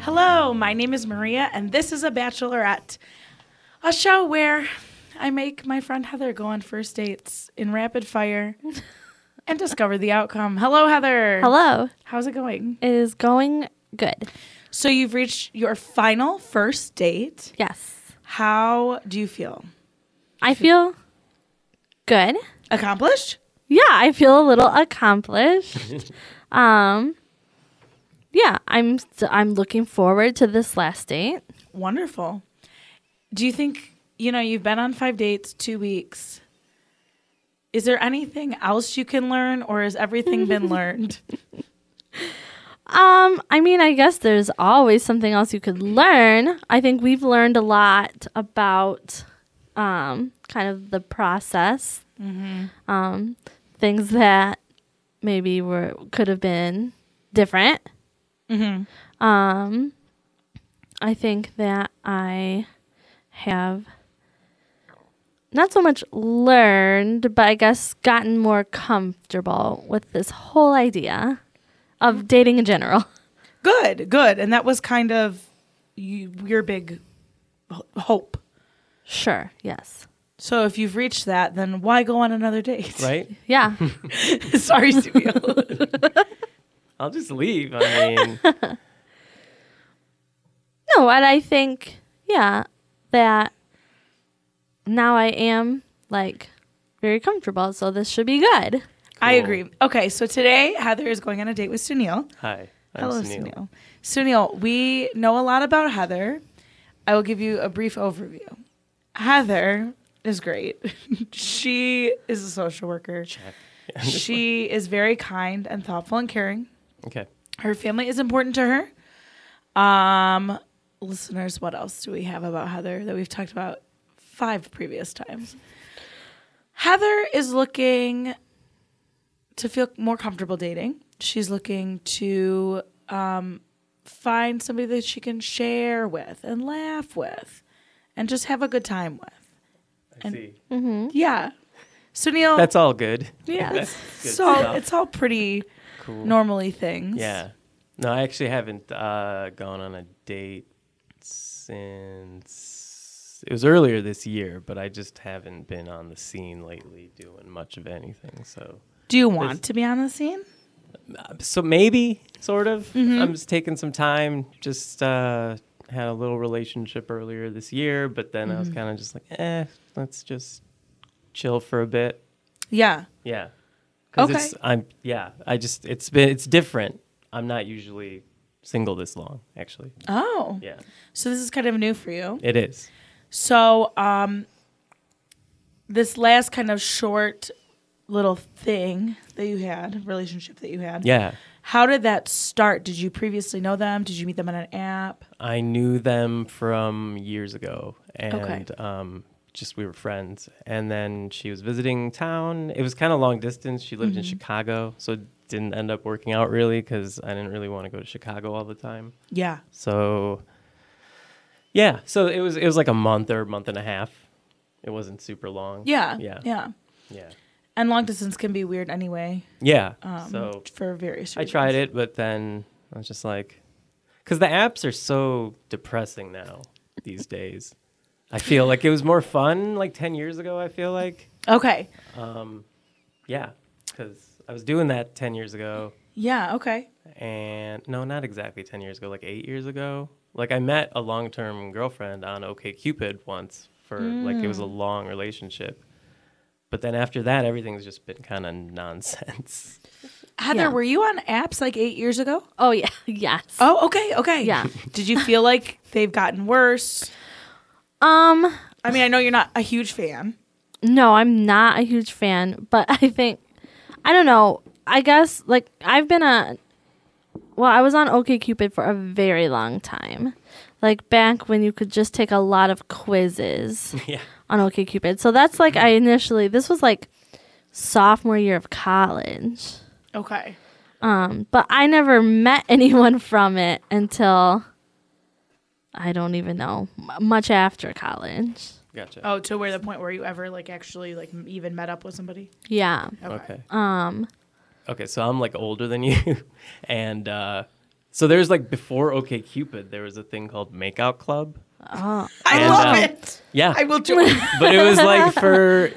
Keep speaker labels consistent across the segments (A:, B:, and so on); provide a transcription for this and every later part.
A: Hello, my name is Maria, and this is A Bachelorette, a show where I make my friend Heather go on first dates in rapid fire and discover the outcome. Hello, Heather.
B: Hello.
A: How's it going?
B: It is going good.
A: So, you've reached your final first date.
B: Yes.
A: How do you feel?
B: I feel good.
A: Accomplished?
B: Yeah, I feel a little accomplished. um Yeah, I'm st- I'm looking forward to this last date.
A: Wonderful. Do you think, you know, you've been on five dates, two weeks. Is there anything else you can learn, or has everything been learned?
B: Um I mean, I guess there's always something else you could learn. I think we've learned a lot about um kind of the process. Um things that maybe were could have been different.
A: Mm-hmm.
B: Um, I think that I have not so much learned, but I guess gotten more comfortable with this whole idea of dating in general.
A: Good, good. And that was kind of you, your big ho- hope.
B: Sure. Yes.
A: So if you've reached that, then why go on another date?
C: right?
B: Yeah.
A: Sorry, studio.
C: I'll just leave. I mean,
B: no, and I think yeah that now I am like very comfortable, so this should be good.
A: I agree. Okay, so today Heather is going on a date with Sunil.
C: hi. I'm
A: Hello,
C: Sunil.
A: Sunil. Sunil, we know a lot about Heather. I will give you a brief overview. Heather is great. she is a social worker. She is very kind and thoughtful and caring.
C: Okay.
A: Her family is important to her. Um, listeners, what else do we have about Heather that we've talked about five previous times? Heather is looking to feel more comfortable dating. She's looking to um, find somebody that she can share with and laugh with and just have a good time with.
C: I see.
A: Yeah. Sunil,
C: That's all good.
B: Yeah.
C: That's good
A: it's all,
C: stuff.
A: it's all pretty
C: cool.
A: normally things.
C: Yeah. No, I actually haven't uh, gone on a date since it was earlier this year, but I just haven't been on the scene lately doing much of anything. So,
A: Do you want to be on the scene?
C: so maybe sort of. I'm just taking some time. Just uh, had a little relationship earlier this year, but then I was kind of just like, eh, let's just chill for a bit.
A: Yeah.
C: Yeah. 'Cause
A: Okay.
C: It's, I'm yeah. I just it's been it's different. I'm not usually single this long actually.
A: Oh.
C: Yeah.
A: So this is kind of new for you.
C: It is.
A: So um this last kind of short little thing that you had, relationship that you had.
C: Yeah.
A: How did that start? Did you previously know them? Did you meet them on an app?
C: I knew them from years ago and
A: Okay.
C: um just we were friends and then she was visiting town. It was kind of long distance. She lived
A: Mm-hmm.
C: in Chicago, so it didn't end up working out really cuz I didn't really want to go to Chicago all the time.
A: Yeah.
C: So yeah, so it was it was like a month or month and a half. It wasn't super long.
A: Yeah.
C: Yeah.
A: Yeah.
C: Yeah.
A: And long distance can be weird anyway.
C: Yeah.
A: Um
C: so
A: for various
C: I
A: reasons.
C: tried it, but then I was just like, because the apps are so depressing now these days. I feel like it was more fun like 10 years ago. I feel like,
A: Okay.
C: yeah, because I was doing that 10 years ago.
A: Yeah, okay.
C: And no, not exactly 10 years ago, like eight years ago. Like I met a long term girlfriend on OKCupid once for like it was a long relationship. But then after that, everything's just been kind of nonsense.
A: Heather,
B: Yeah.
A: were you on apps like eight years ago?
B: Oh yeah. Yes.
A: Oh, okay, okay.
B: Yeah.
A: Did you feel like they've gotten worse?
B: Um.
A: I mean, I know you're not a huge fan.
B: No, I'm not a huge fan, but I think I don't know. I guess like I've been a well, I was on OkCupid for a very long time. Like back when you could just take a lot of quizzes
C: yeah.
B: on OkCupid. So that's like I initially this was like sophomore year of college.
A: Okay.
B: Um, but I never met anyone from it until I don't even know, m- much after college.
C: Gotcha.
A: Oh, to where the point where you ever like actually like m- even met up with somebody?
B: Yeah.
C: okay.
B: Um,
C: Okay, so I'm like older than you, and uh, so there's like before OK Cupid, there was a thing called Makeout Club.
A: I
C: And,
A: love
C: um,
A: it.
C: Yeah,
A: I will do it.
C: but it was like for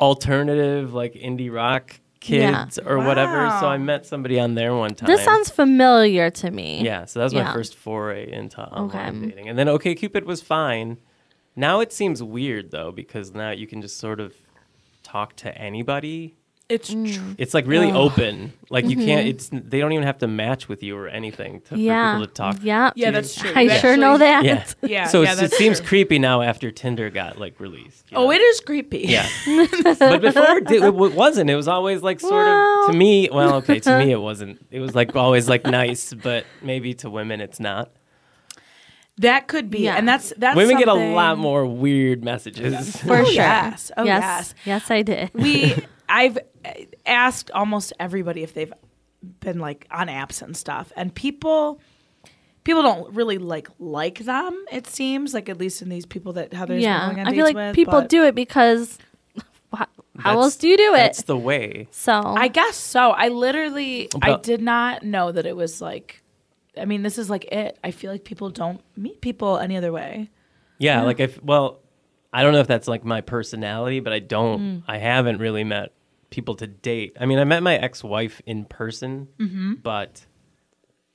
C: alternative, like indie rock
B: Yeah.
C: kids or whatever. So
A: Wow.
C: I met somebody on there one time.
B: this sounds familiar to me.
C: Yeah, so that was
B: Yeah.
C: my first foray into online
B: Okay.
C: dating, and then OK Cupid was fine. Now it seems weird though because now you can just sort of talk to anybody
A: It's true.
C: it's like really
B: Oh.
C: open. Like you can't. It's they don't even have to match with you or anything to,
B: Mm-hmm. Yeah.
C: for people to talk.
B: Yep.
A: Yeah, that's true.
B: I
A: You
B: sure
A: actually-
B: know that.
C: Yeah.
A: Yeah,
C: So
A: yeah,
C: it's, it
A: that's
C: seems
A: true.
C: creepy now after Tinder got like released. you
A: Oh,
C: know?
A: it is creepy.
C: Yeah. but before it, did, it w- wasn't. It was always like sort
B: Well.
C: of to me. Well, okay, to me it wasn't. It was like always like nice, but maybe to women it's not.
A: That could be.
B: Yeah.
A: And that's that's
C: women get a
A: something-
C: lot more weird messages.
B: For
A: Oh,
B: sure.
A: yes. Oh,
B: yes.
A: yes.
B: Yes, I did.
A: we I've uh, asked almost everybody if they've been like on apps and stuff, and people people don't really like like them. It seems like at least in these people that Heather's yeah.
B: yeah.
A: going on
B: I
A: dates
B: feel like
A: with,
B: people
A: but-
B: do it because how, how
C: That's-
B: else do you do it?
C: That's the way.
B: So
A: I guess so. I literally I
C: But-
A: did not know that it was like. I mean, this is like it. I feel like people don't meet people any other way.
C: Yeah, like if well, I don't know if that's like my personality, but I don't.
B: Mm.
C: I haven't really met people to date. I mean, I met my ex-wife in person,
B: Mm-hmm.
C: but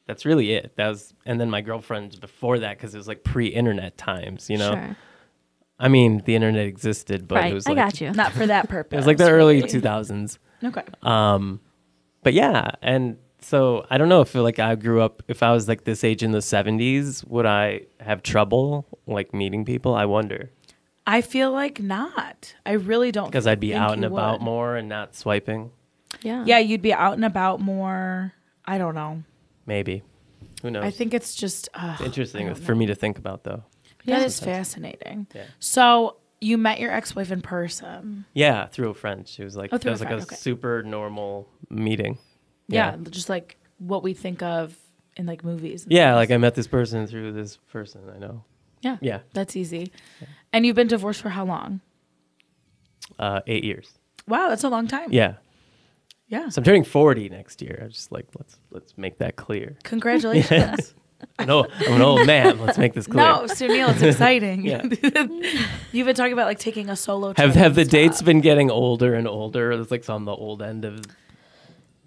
C: that's really it. That was, and then my girlfriend before that because it was like pre-internet times. You know,
B: sure.
C: I mean, the internet existed, but
B: Right.
C: it was
B: I
C: like
B: got you.
A: Not for that purpose.
C: it was like the early
A: really.
C: two thousands.
A: Okay.
C: Um, but yeah, and so I don't know if like I grew up, if I was like this age in the seventies, would I have trouble like meeting people? I wonder.
A: I feel like not. I really don't.
C: because I'd be
A: think
C: out and
A: you
C: about
A: would.
C: more and not swiping.
B: Yeah.
A: Yeah, you'd be out and about more. I don't know.
C: Maybe. Who knows?
A: I think it's just uh,
C: it's interesting for me to think about though.
A: that is fascinating.
C: Yeah.
A: So you met your ex-wife in person.
C: Yeah, through a friend. She was like,
A: Oh,
C: that
A: through a
C: was like
A: friend,
C: a
A: okay.
C: super normal meeting.
A: Yeah.
C: Yeah.
A: just like what we think of in like movies. and
C: Yeah,
A: things.
C: like I met this person through this person. I know.
A: yeah,
C: Yeah,
A: That's easy. And you've been divorced for how long?
C: uh, eight years.
A: Wow, that's a long time.
C: Yeah,
A: Yeah.
C: so I'm turning forty next year. I'm just like, let's let's make that clear.
A: Congratulations.
C: Yes. no, I'm an old man. Let's make this clear.
A: No, Sunil, it's exciting.
C: Yeah.
A: You've been talking about like taking a solo trip.
C: Have have the
A: and stuff.
C: dates been getting older and older? It's like so I'm the old end of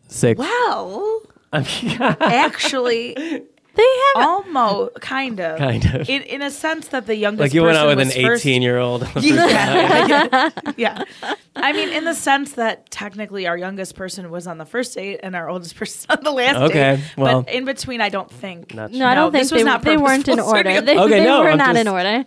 C: six.
A: Well,
C: I mean,
A: actually,
B: They have
A: almost kind of
C: Kind of.
A: in, in a sense that the youngest
C: like you went out
A: person
C: with an
A: was first-
C: 18 year old.
A: yeah. yeah i mean in the sense that technically our youngest person was on the first date and our oldest person on the last date
C: Okay, well-
A: but in between i don't think
C: Not
B: no, I don't
A: No,
B: think
A: this was
B: they,
A: not
B: they weren't in
A: purposeful,
B: order.
A: Sonia.
B: They,
C: Okay,
B: they
C: no,
B: were
C: I'm
B: not in
C: just-
B: order.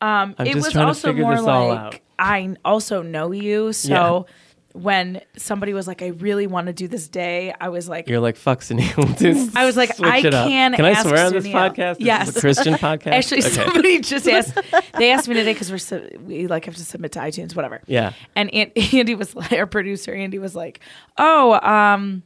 A: um
C: I'm
A: it
C: just
A: was
C: trying to
A: also
C: figure
A: more
C: this all
A: like
C: out.
A: i n- also know you so when somebody was like i really want to do this day i was like
C: You're like, fuck Sunil. Just
A: I was like,
C: switch
A: I
C: it up.
A: can
C: Can I
A: ask
C: swear on this
A: Sunil.
C: podcast? This
A: Yes.
C: Is a Christian podcast?
A: Actually,
C: Okay.
A: somebody just asked. They asked me today because we're su- we like have to submit to iTunes, whatever.
C: Yeah.
A: And An- Andy was like, our producer. Andy was like, "Oh, um,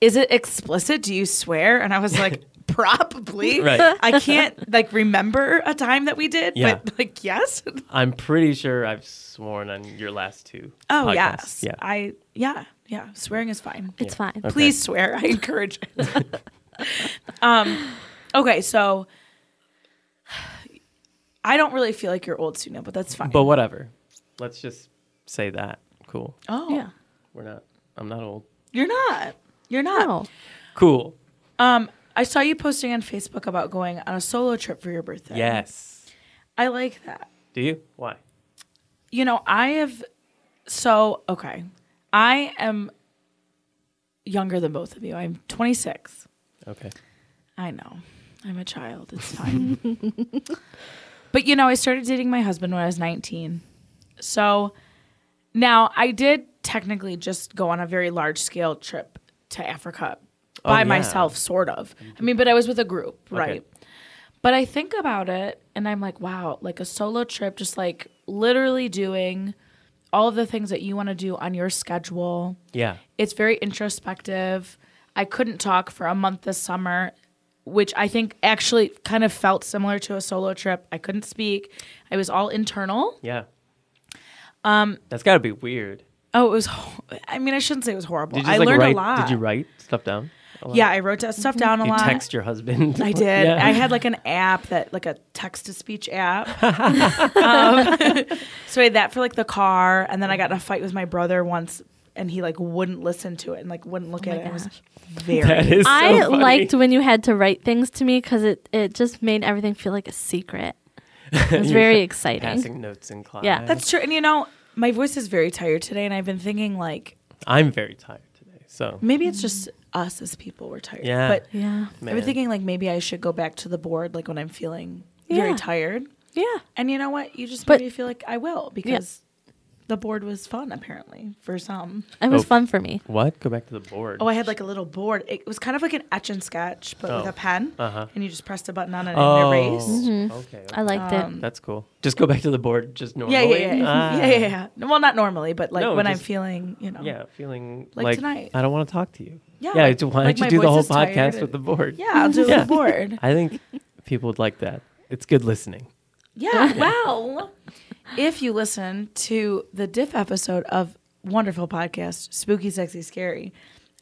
A: is it explicit? Do you swear?" And I was like, "Probably.
C: Right.
A: I can't like remember a time that we did,
C: Yeah.
A: but like yes.
C: I'm pretty sure I've sworn on your last two.
A: Oh
C: podcasts.
A: yes.
C: Yeah.
A: I yeah yeah. Swearing is fine.
B: It's fine.
C: Okay.
A: Please swear. I encourage it. um, okay, so I don't really feel like you're old, Suna, but that's fine.
C: but whatever. Let's just say that. Cool.
A: oh,
B: Yeah.
C: We're not. I'm not old.
A: you're not. You're not.
B: No.
C: Cool.
A: Um, I saw you posting on Facebook about going on a solo trip for your birthday.
C: Yes.
A: I like that.
C: Do you? Why?
A: You know, I have. So okay, I am younger than both of you. I'm 26.
C: Okay.
A: I know. I'm a child. It's fine. but you know, I started dating my husband when I was 19. So now I did technically just go on a very large scale trip to Africa by
C: yeah.
A: myself, sort of. I mean, but I was with a group, right? But I think about it and I'm like, wow, like a solo trip, just like literally doing all of the things that you want to do on your schedule.
C: Yeah.
A: It's very introspective. I couldn't talk for a month this summer. which I think actually kind of felt similar to a solo trip. I couldn't speak. I was all internal.
C: Yeah. Um, That's got to be weird.
A: Oh, it was. ho- I mean, I shouldn't say it was horrible.
C: Did you
A: I
C: just like
A: learned
C: write?
A: a lot.
C: Did you write stuff down? a lot?
A: Yeah, I wrote that stuff down a
C: You
A: lot.
C: text your husband.
A: I did.
C: Yeah.
A: I had like an app that, like a text to speech app. um, so I had that for like the car, and then I got in a fight with my brother once, and he like wouldn't listen to it and like wouldn't look at it. It was
B: gosh.
A: very.
C: That is so
B: I
C: funny.
B: liked when you had to write things to me because it, it just made everything feel like a secret. It was
C: You're
B: very
C: fa-
B: exciting.
C: passing notes in class.
B: Yeah.
A: That's true. And you know, my voice is very tired today, and I've been thinking like
C: I'm very tired today. So
A: maybe it's just us as people we're tired.
C: Yeah.
A: But
B: Yeah.
A: I've
C: man.
A: been thinking like maybe I should go back to the board like when I'm feeling
B: Yeah.
A: very tired.
B: Yeah.
A: And you know what? You just
B: But-
A: made me feel like I will because the board was fun apparently for some.
B: It was
C: Oh.
B: fun for me.
C: what? Go back to the board.
A: Oh, I had like a little board. It was kind of like an etch and sketch, but with
C: Oh.
A: a pen,
C: Uh-huh.
A: and you just pressed a button on it and
C: Oh.
A: it erased.
C: Okay. okay.
B: Mm-hmm. I liked
A: Um,
B: it.
C: That's cool. Just go back to the board. Just normally.
A: Yeah, yeah, yeah,
C: Ah.
A: yeah, yeah, yeah. Well, not normally, but like
C: No,
A: when I'm
C: just-
A: feeling, you know.
C: Yeah, feeling
A: Like
C: like,
A: tonight.
C: I don't want to talk to you.
A: Yeah,
C: Yeah.
A: like-
C: so why
A: like
C: don't
A: my
C: you do the
A: voice
C: whole
A: is tired
C: podcast
A: and-
C: with the board?
A: Yeah, I'll do
C: Yeah.
A: the board.
C: I think people would like that. It's good listening.
A: Yeah. Well, if you listen to the Diff episode of wonderful podcast Spooky, Sexy, Scary,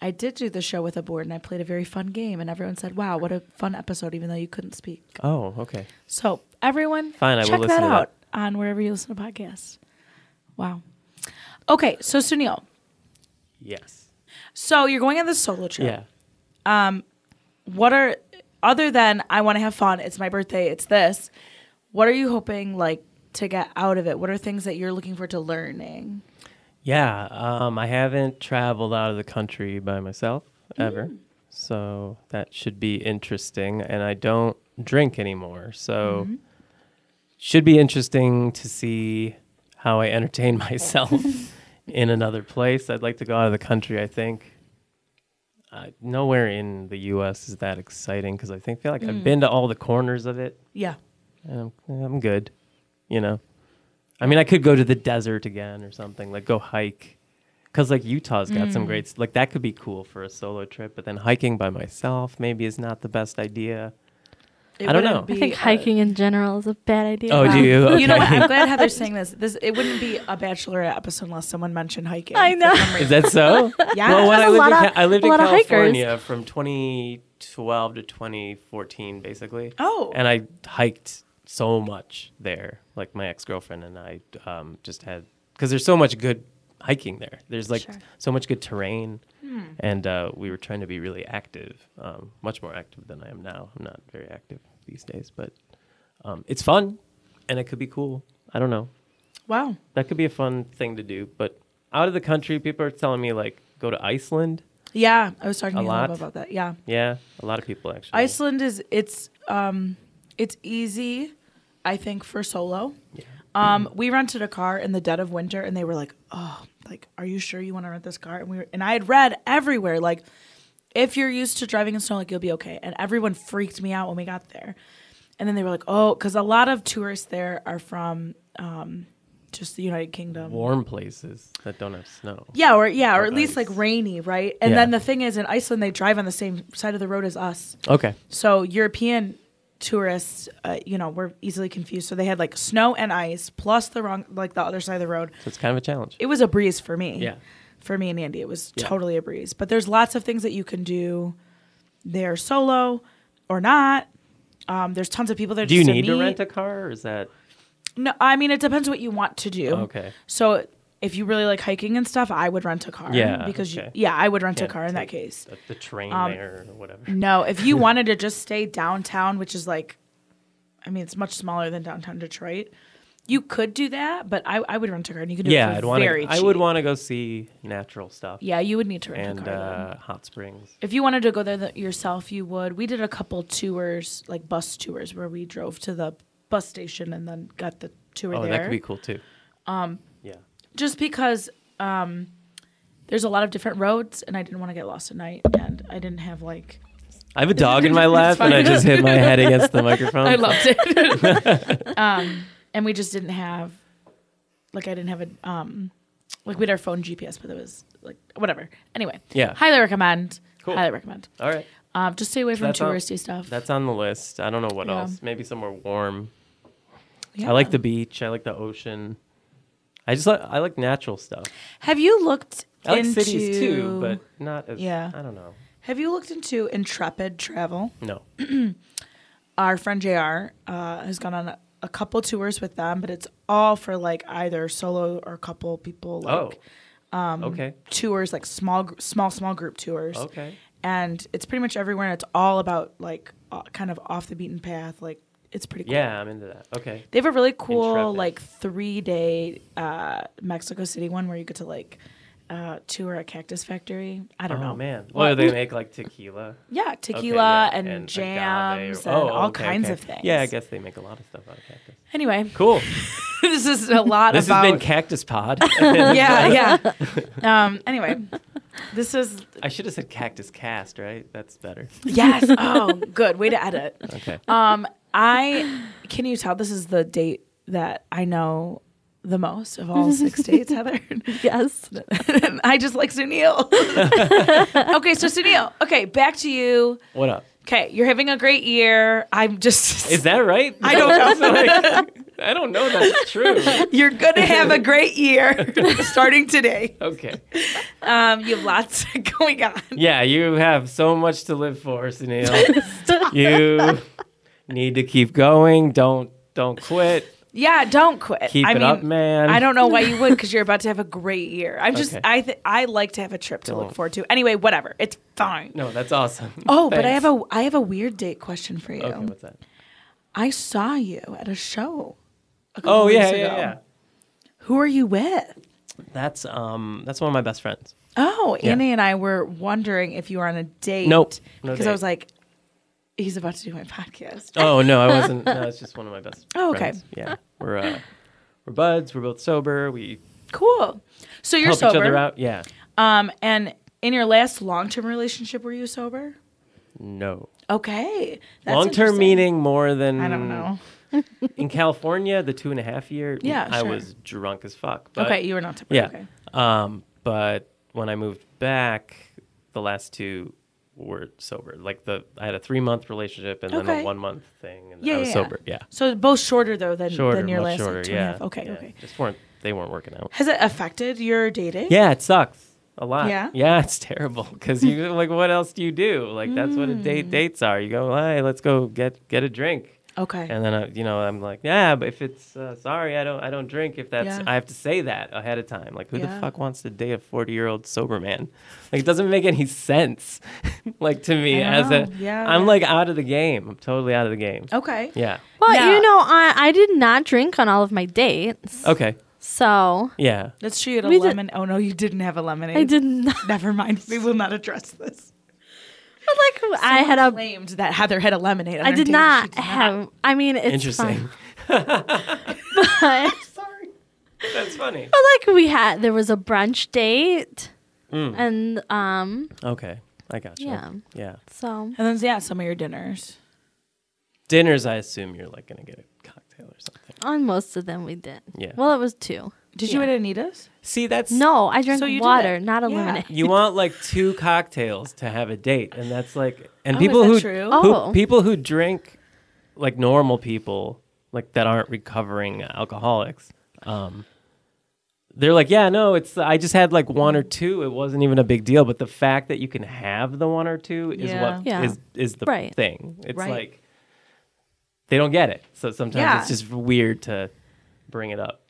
A: I did do the show with a board and I played a very fun game, and everyone said, "Wow, what a fun episode!" Even though you couldn't speak.
C: Oh, okay.
A: So everyone,
C: Fine, I will
A: check
C: listen
A: that
C: to that.
A: out on wherever you listen to podcasts. Wow. Okay, so Sunil,
C: Yes.
A: so you're going on this solo trip.
C: Yeah.
A: What are other than I want to have fun? It's my birthday. It's this. What are you hoping like to get out of it? What are things that you're looking forward to learning?
C: Yeah, um, I haven't traveled out of the country by myself ever. So that should be interesting. And I don't drink anymore. So should be interesting to see how I entertain myself in another place. I'd like to go out of the country, I think. Uh, nowhere in the U.S. is that exciting because I think feel like I've been to all the corners of it
A: Yeah.
C: and Um, I'm, I'm good, you know. I mean, I could go to the desert again or something, like go hike, because like Utah's got
B: Mm.
C: some great, s- like that could be cool for a solo trip. But then hiking by myself maybe is not the best idea.
A: It
C: I don't
A: wouldn't
B: I
C: know.
A: be
B: think
A: a-
B: hiking in general is a bad idea.
C: Oh, do you? Okay.
A: You know what? I'm glad Heather's saying this. This it wouldn't be a bachelorette episode unless someone mentioned hiking.
B: I
A: for
B: know.
A: some
C: is
A: reason.
C: that so?
A: Yeah.
C: Well, when I
B: There's a
C: lived, in,
B: lot
C: Ca-
B: of-
C: I lived
B: a
C: in
B: lot of hikers.
C: California from 2012 to 2014, basically.
A: Oh.
C: And I hiked so much there. Like my ex girlfriend and I um, just had, because there's so much good hiking there. There's like
A: Sure. Hmm.
C: so much good terrain. And uh, we were trying to be really active, um, much more active than I am now. I'm not very active these days, but um, it's fun and it could be cool. I don't know
A: wow.
C: that could be a fun thing to do. But out of the country, people are telling me like go to Iceland.
A: Yeah, I was talking
C: A
A: to you Bob
C: lot.
A: about that. Yeah.
C: Yeah, a lot of people actually.
A: Iceland is it's um it's easy, I think, for solo. Um, we rented a car in the dead of winter, and they were like, "Oh, like, are you sure you want to rent this car?" And we were, and I had read everywhere like, if you're used to driving in snow, like you'll be okay. And everyone freaked me out when we got there, and then they were like, "Oh," because a lot of tourists there are from um, just the United Kingdom,
C: warm places that don't have snow.
A: yeah, or yeah, or
C: Or
A: at least like
C: ice.
A: rainy, right? And
C: Yeah.
A: then the thing is, in Iceland, they drive on the same side of the road as us.
C: Okay.
A: So European tourists, uh, you know, were easily confused. So they had like snow and ice plus the wrong, like the other side of the road.
C: So it's kind of a challenge.
A: It was a breeze for me.
C: Yeah.
A: For me and Andy, it was
C: Yeah.
A: totally a breeze. But there's lots of things that you can do there solo or not. Um, there's tons of people there.
C: Do you
A: just
C: need to
A: meet.
C: rent a car or is that
A: No, I mean it depends what you want to do.
C: Okay.
A: So if you really like hiking and stuff, I would rent a car.
C: Yeah,
A: Because
C: okay.
A: you, yeah, I would rent
C: Yeah,
A: a car in that
C: take
A: case. Um,
C: the, the train there or whatever?
A: No, if you wanted to just stay downtown, which is like, I mean, it's much smaller than downtown Detroit. You could do that, but I, I would rent a car and you could do
C: Yeah,
A: it
C: I'd
A: for
C: want
A: very
C: to. I
A: cheap.
C: would want to go see natural stuff.
A: Yeah, you would need to rent a
C: And
A: car. though.
C: uh, hot springs.
A: if you wanted to go there th- yourself, you would. We did a couple tours, like bus tours, where we drove to the bus station and then got the tour
C: Oh,
A: there.
C: that could be cool too. Um. Yeah.
A: just because um, there's a lot of different roads, and I didn't want to get lost at night, and I didn't have like.
C: I have a dog in my lap and I
A: fine.
C: just hit my head against the microphone.
A: I loved it. um, and we just didn't have, like, I didn't have a, um, like, we had our phone GPS, but it was like whatever. Anyway,
C: Yeah.
A: highly recommend.
C: Cool.
A: Highly recommend.
C: All right.
A: Um, just stay away from
C: That's all-
A: touristy stuff.
C: That's on the list. I don't know what
A: Yeah.
C: else. Maybe somewhere warm.
A: Yeah.
C: I like the beach. I like the ocean. I just like I like natural stuff.
A: Have you looked
C: I like
A: into
C: cities too, but not as
A: Yeah.
C: I don't know.
A: have you looked into Intrepid Travel?
C: No.
A: our friend JR uh, has gone on a, a couple tours with them, but it's all for like either solo or couple people like
C: oh.
A: Um,
C: okay.
A: tours, like small gr- small small group tours.
C: Okay.
A: And it's pretty much everywhere and it's all about like uh, kind of off the beaten path, like it's pretty cool.
C: Yeah, I'm into that. Okay.
A: They have a really cool
C: Intrepid.
A: like 3-day uh, Mexico City one where you get to like uh, tour a cactus factory. I
C: Oh
A: don't know.
C: man.
A: What-
C: Well, they make like tequila,
A: Yeah,
C: Okay,
A: tequila
C: yeah,
A: and,
C: agave
A: jams
C: or-
A: and
C: oh,
A: all
C: okay,
A: kinds
C: okay.
A: of things.
C: Yeah, I guess they make a lot of stuff out of cactus.
A: Anyway,
C: Cool.
A: this is a lot
C: this
A: about
C: has been Cactus Pod.
A: yeah, yeah. Um, anyway, this is
C: I should have said Cactus Cast, right? That's better.
A: yes. Oh, good way to edit.
C: Okay.
A: Um, I can you tell this is the date that I know the most of all six dates, Heather.
B: Yes.
A: I just like Sunil. okay, so Sunil. Okay, back to you.
C: What up?
A: Okay, you're having a great year. I'm just.
C: Is that right?
A: I don't know.
C: Like, I don't know. That's true.
A: You're gonna have a great year starting today.
C: Okay.
A: Um, you have lots going on.
C: Yeah, you have so much to live for, Sunil. you need to keep going. Don't don't quit.
A: Yeah, don't quit.
C: Keep
A: I
C: it
A: mean,
C: up, man.
A: I don't know why you would because you're about to have a great year. I'm just
C: Okay.
A: I th- I like to have a trip to look
C: Don't.
A: forward to. Anyway, whatever. It's fine.
C: No, that's awesome.
A: Oh, but I have
C: Thanks.
A: a I have a weird date question for you.
C: Okay, what's that?
A: I saw you at a show. a couple
C: Oh yeah,
A: weeks
C: yeah,
A: ago.
C: yeah.
A: Who are you with?
C: That's um that's one of my best friends.
A: Oh,
C: Yeah.
A: Annie and I were wondering if you were on a date.
C: Nope, no
A: Because I
C: date.
A: was like, he's about to do my podcast.
C: Oh no, I wasn't. No, it's just one of my best.
A: Oh, okay.
C: friends. Yeah, we're uh, we're buds. We're both sober. We
A: Cool. So you're
C: help
A: sober.
C: each other out. Yeah.
A: Um, and in your last long term relationship, were you sober?
C: No.
A: Okay. That's
C: Long term
A: interesting.
C: meaning mm, more than
A: I don't know.
C: In California, the two and a half year.
A: Yeah,
C: I
A: sure.
C: was drunk as fuck. But,
A: okay, you were not sober.
C: Yeah.
A: Okay.
C: Um, but when I moved back, the last two were sober. Like the I had a three month relationship and then
A: Okay.
C: a one month thing, and
A: Yeah,
C: I was
A: yeah, yeah.
C: sober. Yeah.
A: So both shorter though than
C: Shorter,
A: than your
C: much
A: last like,
C: shorter.
A: two and a
C: yeah.
A: half. Okay,
C: yeah.
A: okay.
C: Just weren't they weren't working out.
A: Has it affected your dating?
C: Yeah, it sucks a lot.
A: Yeah?
C: it's terrible because you like, what else do you do? Like that's what a date
A: Hmm.
C: dates are. You go, hey, let's go get get a drink,
A: Okay.
C: and then I, you know I'm like, yeah, but if it's uh, sorry, I don't I don't drink. If that's
A: Yeah.
C: I have to say that ahead of time. Like who
A: Yeah.
C: the fuck wants to date a 40 year old sober man? Like it doesn't make any sense. like to me
A: I
C: as
A: know.
C: a
A: Yeah, Oh.
C: I'm
A: yeah.
C: like out of the game. I'm totally out of the game.
A: Okay.
C: Yeah.
B: Well,
A: Yeah.
B: you know, I, I did not drink on all of my dates.
C: Okay.
B: So
C: Yeah.
A: Let's show you had a
B: We did-
A: lemon. oh no, you didn't have a lemonade.
B: I did not.
A: Never mind. We will not address this.
B: But like I had a.
A: claimed that Heather had a lemonade. on
B: I
A: her
B: did
A: date.
B: not
A: She did
B: have. I mean, it's
C: Interesting.
B: fine, but,
C: sorry. That's funny.
B: but like we had, there was a brunch date,
C: Mm.
B: and um,
C: Okay. I got you.
B: Yeah.
C: Yeah.
B: so
A: And then yeah, some of your dinners.
C: dinners i assume you're like gonna get a cocktail or something
B: on most of them we did.
C: Yeah.
B: Well, it was two.
A: Did you at Anita's?
C: see that's
B: No, I drank
A: So you did
B: water,
A: it.
B: not a
A: Yeah.
B: lemonade.
C: you want like two cocktails to have a date and that's like and
A: Oh,
C: people
A: is that
C: who,
A: true?
C: who-
B: Oh.
C: people who drink like normal people like that aren't recovering alcoholics um they're like yeah no it's i just had like one or two it wasn't even a big deal but the fact that you can have the one or two is
A: Yeah.
C: what
B: Yeah.
C: is is the
B: Right.
C: thing it's
A: Right.
C: like they don't get it so sometimes
A: Yeah.
C: it's just weird to bring it up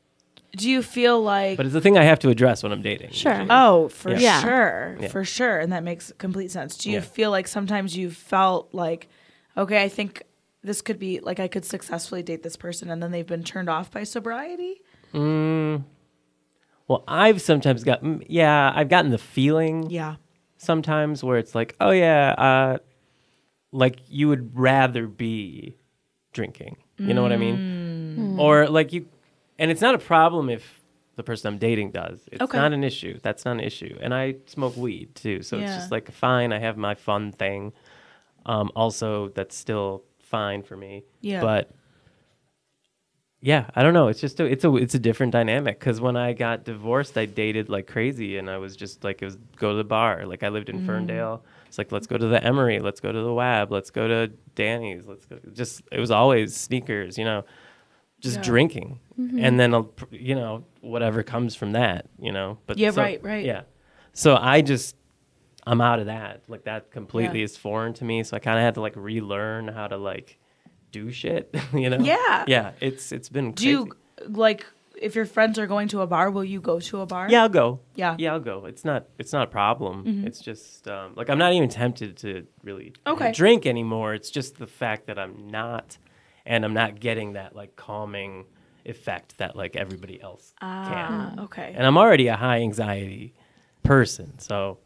A: Do you feel like
C: But it's the thing I have to address when I'm dating.
B: Sure.
C: usually.
A: Oh, for
C: Yeah.
B: Yeah.
A: sure.
C: Yeah.
A: For sure. And that makes complete sense. Do you
C: Yeah.
A: feel like sometimes you felt like, okay, I think this could be like I could successfully date this person and then they've been turned off by sobriety?
C: Well, I've sometimes got, mm, yeah, I've gotten the feeling
A: Yeah.
C: sometimes where it's like, oh, yeah, uh, like you would rather be drinking. You know what I
A: Mm.
C: mean? Or like you, and it's not a problem if the person I'm dating does. It's
A: Okay.
C: not an issue. That's not an issue. And I smoke weed too. So it's
A: Yeah.
C: just like, fine, I have my fun thing. Um, also, that's still fine for me.
A: Yeah.
C: But yeah, I don't know. It's just a, it's a it's a different dynamic because when I
A: Mm-hmm.
C: got divorced, I dated like crazy, and I was just like it was go to the bar. Like I lived in Ferndale, It's like let's go to the Emery, let's go to the Wab, let's go to Danny's, let's go. Just it was always sneakers, you know, just
A: Yeah. Mm-hmm.
C: drinking, and then uh, pr- you know whatever comes from that, you know. But
A: Yeah,
C: so-
A: right, right.
C: Yeah. So I just I'm out of that. Like that completely
A: Yeah.
C: is foreign to me. So I kind of had to like relearn how to like do shit, you know.
A: Yeah.
C: Yeah. It's it's been.
A: Do you
C: crazy.
A: like if your friends are going to a bar? Will you go to a bar?
C: Yeah, I'll go.
A: Yeah. Mm-hmm.
C: Yeah, I'll go. It's not it's not a problem. It's just um, like I'm not even tempted to really
A: Okay.
C: drink anymore. It's just the fact that I'm not and I'm not getting that like calming effect that like everybody else
A: Ah,
C: can.
A: okay.
C: And I'm already a high anxiety person, so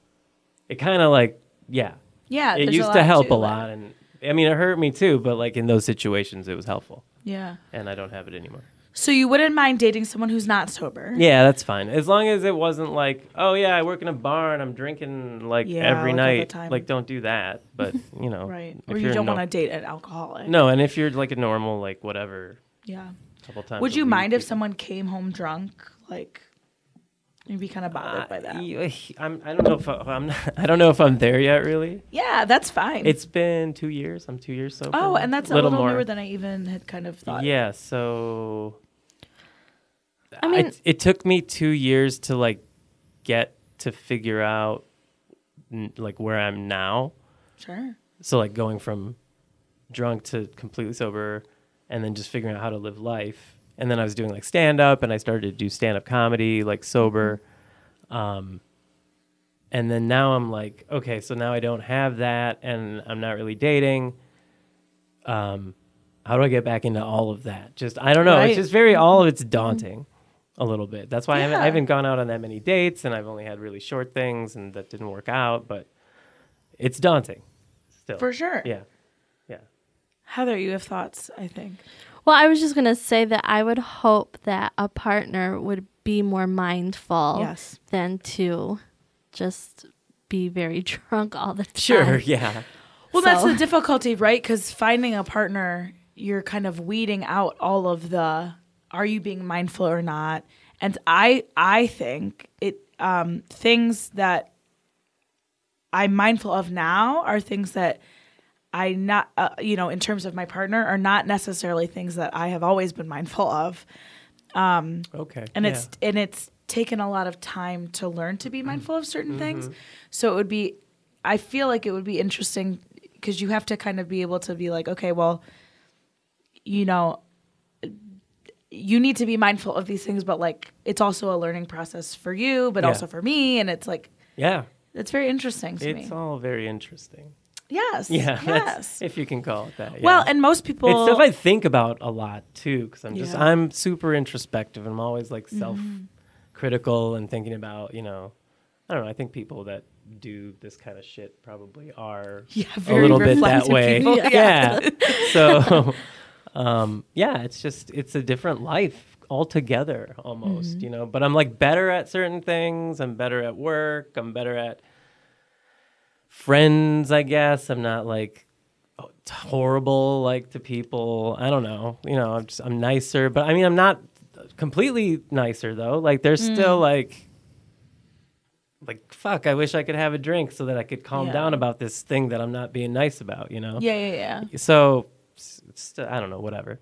C: it kind of like yeah.
A: yeah,
C: it
A: there's a
C: used
A: lot
C: to help
A: that.
C: a lot and I mean it hurt me too, but like in those situations it was helpful
A: Yeah.
C: and I don't have it anymore.
A: So you wouldn't mind dating someone who's not sober?
C: Yeah, that's fine. As long as it wasn't like, oh yeah, I work in a bar and I'm drinking like
A: Yeah,
C: every
A: like all the
C: night.
A: time.
C: Like, don't do that. But you know,
A: Right.
C: if
A: or you
C: you're
A: don't
C: no-
A: want to date an alcoholic.
C: No, and if you're like a normal, like whatever,
A: Yeah.
C: couple times.
A: Would
C: a
A: you
C: week,
A: mind if
C: can-
A: someone came home drunk? Like, you'd be kind of bothered
C: Uh,
A: by that.
C: you- I'm, I don't know if I, I'm. Not, I don't know if I'm there yet. Really,
A: yeah, that's fine.
C: it's been two years. I'm two years sober.
A: oh, and that's a little,
C: more
A: newer than I even had kind of thought.
C: Yeah, so
B: I mean-
C: it, it took me two years to like get to figure out n- like where I'm now.
A: Sure.
C: So like going from drunk to completely sober and then just figuring out how to live life. And then I was doing like stand up and I started to do stand up comedy like sober.
A: Mm-hmm.
C: Um and then now I'm like, okay, so now I don't have that and I'm not really dating. Um how do I get back into all of that? Just I don't know.
A: Right. Mm-hmm.
C: It's just very all of it's daunting a little bit. That's why I haven't
A: Yeah.
C: I haven't gone out on that many dates and I've only had really short things and that didn't work out, but it's daunting still.
A: For sure.
C: Yeah. Yeah.
A: Heather, you have thoughts, I think.
B: Well, I was just gonna say that I would hope that a partner would be more mindful
A: Yes.
B: than to just be very drunk all the time.
A: Um,
C: Sure. Yeah.
A: Well, that's
B: So-
A: the difficulty, right? Because finding a partner, you're kind of weeding out all of the are you being mindful or not. And I I think it um, things that I'm mindful of now are things that I not uh, you know in terms of my partner are not necessarily things that I have always been mindful of,
C: Okay.
A: and it's and it's taken a lot of time to learn to be
C: Mm-hmm.
A: mindful of certain things. So it would be, I feel like it would be interesting because you have to kind of be able to be like, okay, well, you know, you need to be mindful of these things, but like it's also a learning process for you, but
C: Yeah.
A: also for me, and it's like
C: yeah.
A: it's very interesting to
C: It's
A: me.
C: all very interesting.
A: yes.
C: Yeah.
A: Yes.
C: That's, if you can call it that. yeah.
A: Well, and most people.
C: it's stuff I think about a lot too, because I'm just
A: Yeah. Mm-hmm.
C: I'm super introspective. and I'm always like self critical and thinking about you know, I don't know. I think people that do this kind of shit probably are
A: yeah,
C: a
A: very
C: little bit that
A: reflective
C: way.
A: people.
C: Yeah. so, um, yeah, it's just it's a different life altogether, almost.
A: Mm-hmm.
C: You know, but I'm like better at certain things. I'm better at work. I'm better at friends. I guess I'm not like oh, t- horrible like to people. I don't know. You know, I'm just I'm nicer, but I mean, I'm not completely nicer though. Like there's
A: Mm.
C: still like like fuck i wish i could have a drink so that i could calm
A: Yeah.
C: down about this thing that i'm not being nice about you know
A: Yeah, yeah, yeah.
C: so s- st- i don't know whatever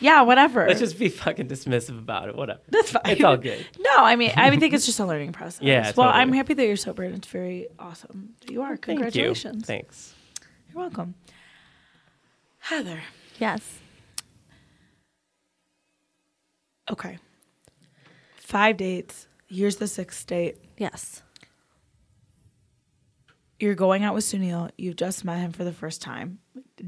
A: Yeah, whatever.
C: let's just be fucking dismissive about it whatever
A: That's fine.
C: it's all good
A: No, I mean, I think it's just a learning process.
C: Yeah,
A: Well,
C: totally. Oh,
A: I'm happy that you're sober, and it's very awesome. that You are. Congratulations.
C: Thank you. thanks
A: You're welcome. Heather.
B: Yes.
A: Okay. Five dates. Here's the sixth date.
B: Yes.
A: You're going out with Sunil. You just met him for the first time.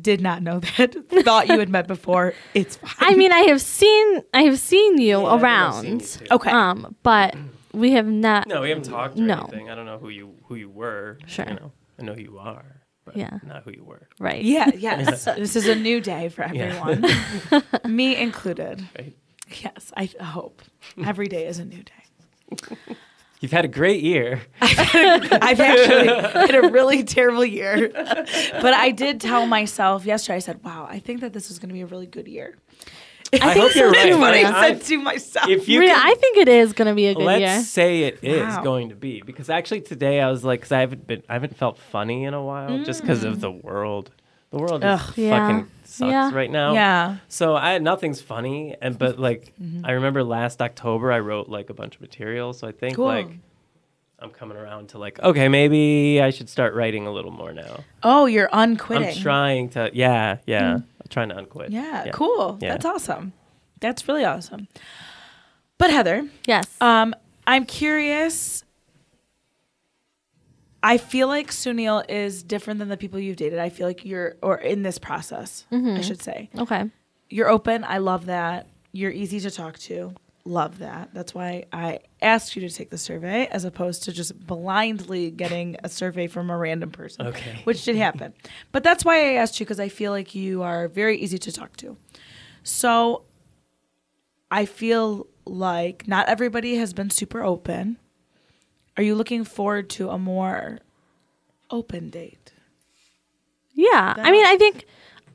A: Did not know that. Thought you had met before. It's fine.
B: I mean, I have seen I have seen you
C: Yeah, I think I've seen you
B: around.
C: too.
A: Okay.
B: Um, but we have not.
C: no we haven't talked or
B: No.
C: anything i don't know who you who you were
B: Sure.
C: you know i know who you are but
B: Yeah.
C: not who you were
B: Right.
A: yeah, yes. this is a new day for
C: Yeah.
A: everyone, me included.
C: right
A: Yes, I hope. Every day is a new day.
C: you've had a great year
A: I've actually had a really terrible year. But I did tell myself yesterday, I said, wow, I think that this is going to be a really good year.
C: I hope you're right.
B: too,
A: What I
B: Maria.
C: I'm-
A: said to myself.
C: If you
B: Maria,
C: can-
B: I think it is going to be a good
C: let's
B: year.
C: say it is
A: Wow.
C: going to be because actually today I was like, 'cause I haven't been, I haven't felt funny in a while just because of the world. The world is
A: Ugh.
C: fucking
B: Mm. Yeah.
C: sucks
B: Yeah.
C: right now.
A: yeah.
C: So I nothing's funny, and but like
A: Mm-hmm.
C: I remember last October I wrote like a bunch of material, so I think
A: Cool.
C: like I'm coming around to like okay maybe I should start writing a little more now.
A: Oh, you're unquitting.
C: I'm trying to yeah yeah I'm trying to unquit.
A: Hmm. Yeah, cool.
C: Yeah.
A: That's awesome. That's really awesome. But Heather,
B: yes.
A: um, I'm curious. I feel like Sunil is different than the people you've dated. I feel like you're, or in this process, I should say.
B: okay.
A: You're open. I love that. You're easy to talk to. Love that. That's why I asked you to take the survey as opposed to just blindly getting a survey from a random person,
C: Okay.
A: which did happen. but that's why I asked you because I feel like you are very easy to talk to. So I feel like not everybody has been super open. Are you looking forward to a more open date?
B: Yeah. I mean, I think,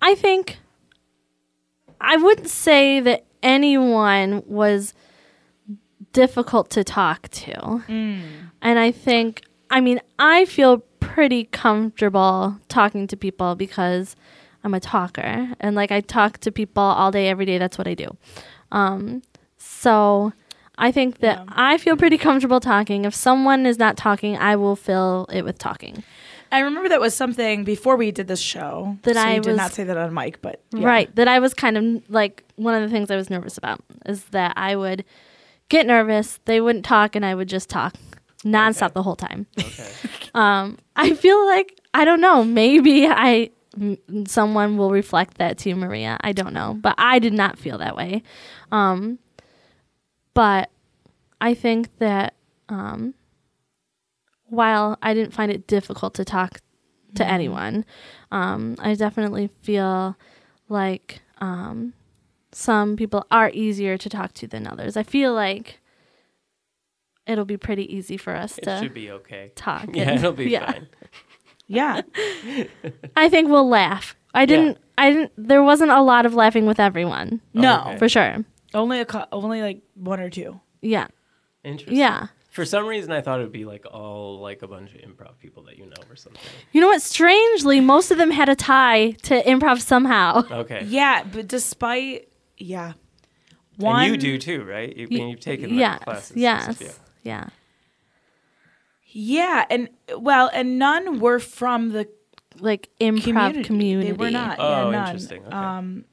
B: I think, I wouldn't say that anyone was difficult to talk to. And I think, I mean, I feel pretty comfortable talking to people because I'm a talker and like I talk to people all day, every day. That's what I do. Um, so I think that I feel pretty comfortable talking. If someone is not talking, I will fill it with talking.
A: I remember that was something before we did this show.
B: That
A: so you
B: I
A: did
B: was-
A: not say that on mic, but yeah.
B: Right. That I was kind of like one of the things I was nervous about is that I would get nervous, they wouldn't talk, and I would just talk nonstop the whole time.
C: Okay.
B: Um, I feel like I don't know. Maybe I m- someone will reflect that to you, Maria. I don't know, but I did not feel that way. Um, but I think that um, while I didn't find it difficult to talk to
C: Mm-hmm.
B: anyone, um, I definitely feel like um, some people are easier to talk to than others. I feel like it'll be pretty easy for us
C: It
B: to
C: should be okay.
B: talk.
C: Yeah,
B: and-
C: it'll be
B: yeah.
C: fine.
A: Yeah.
B: I think we'll laugh. I didn't. I didn't. There wasn't a lot of laughing with everyone
A: No.
C: Oh, Okay.
B: for sure.
A: Only a cou- only like one or two.
B: Yeah.
C: Interesting.
B: Yeah.
C: For some reason, I thought it would be like all like a bunch of improv people that you know or something.
B: You know what? Strangely, most of them had a tie to improv somehow.
C: Okay.
A: Yeah, but despite yeah.
C: And you do too, right? You,
B: Y-
C: and you've taken like,
B: yes,
C: classes. and
B: Yes.
C: stuff, yeah.
B: Yeah.
A: Yeah, and well, and none were from the
B: Like improv community,
A: community. They were not.
C: Oh,
A: yeah, none.
C: interesting. Okay.
A: Um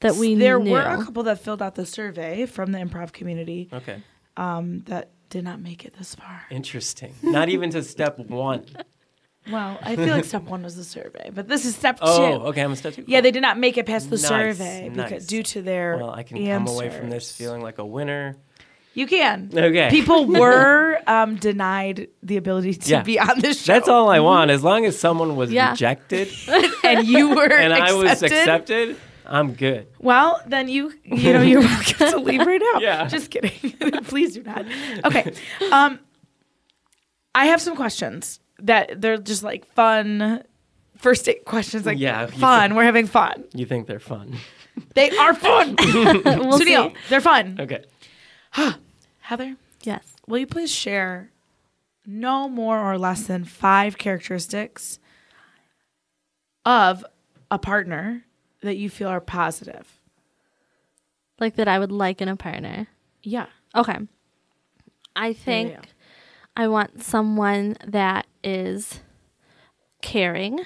B: that we
A: there
B: knew.
A: were a couple that filled out the survey from the improv community
C: Okay.
A: um that did not make it this far.
C: Interesting. Not even to step one.
A: Well, I feel like step 1 was the survey, but this is step 2.
C: Oh, okay. I'm a step two.
A: Yeah, they did not make it past the
C: Nice,
A: survey
C: nice.
A: because due to their
C: Well, I can come away from this
A: answers.
C: feeling like a winner.
A: You can.
C: Okay.
A: People were um, denied the ability to
C: Yeah.
A: be on this show. Mm-hmm.
C: That's all I want. As long as someone was
B: Yeah.
C: rejected
A: And you were
C: and I
A: accepted.
C: was accepted, I'm good.
A: Well, then you you know you're welcome to leave right now.
C: Yeah.
A: Just kidding. Please do not. Okay. Um, I have some questions that they're just like fun first date questions. Like
C: Yeah, you
A: fun. We're having fun.
C: You think they're fun.
A: They are fun.
B: we'll see.
A: Sunil, they're fun.
C: Okay.
A: Heather,
B: Yes.
A: Will you please share no more or less than five characteristics of a partner that you feel are positive?
B: Like that, I would like in a partner.
A: Yeah.
B: Okay. I think
A: yeah.
B: I want someone that is caring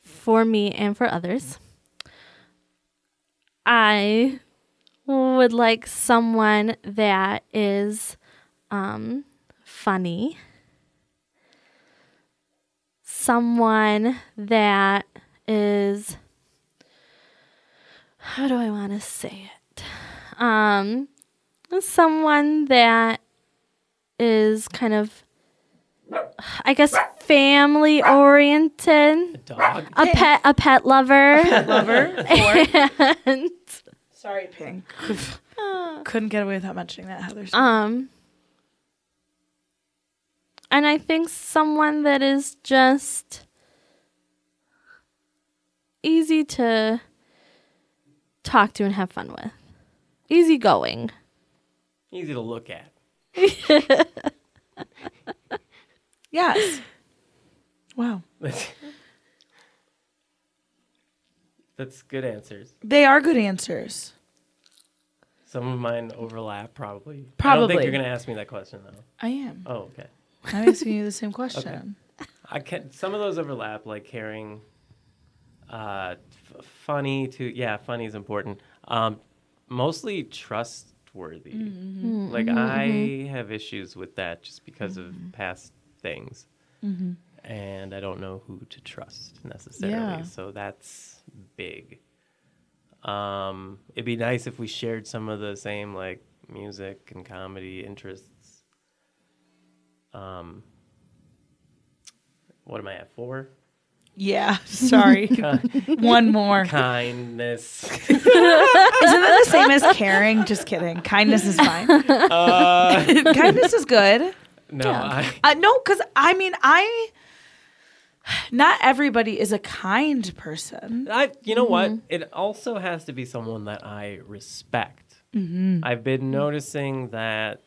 B: for me and for others. I would like someone that is um, funny, someone that is, how do I want to say it? Um, someone that is kind of I guess family oriented.
C: Dog.
B: A pet a pet lover.
A: Lover.
B: and
A: Sorry, Pink. Couldn't get away without mentioning that, Heather.
B: um and I think someone that is just easy to talk to and have fun with. Easygoing.
C: Easy to look at.
A: Yes. wow.
C: That's good answers.
A: They are good answers.
C: Some of mine overlap, probably. I don't think
A: Probably.
C: you're going to ask me that question, though.
A: I am.
C: Oh, okay.
A: I'm asking you the same question.
C: I can. Some of those overlap, like caring. Uh, f- funny to yeah, funny is important. Um, mostly trustworthy. Like I have issues with that just because of past things, and I don't know who to trust necessarily.
A: Yeah.
C: So that's big. Um, it'd be nice if we shared some of the same like music and comedy interests. Um, what am I at? Four?
A: Yeah. Sorry. One more.
C: Kindness.
A: Isn't that the same as caring? Just kidding. Kindness is fine.
C: Uh,
A: Kindness is good.
C: no, I,
A: Uh, no, because I mean, I. Not everybody is a kind person.
C: I, you know what? It also has to be someone that I respect. I've been noticing that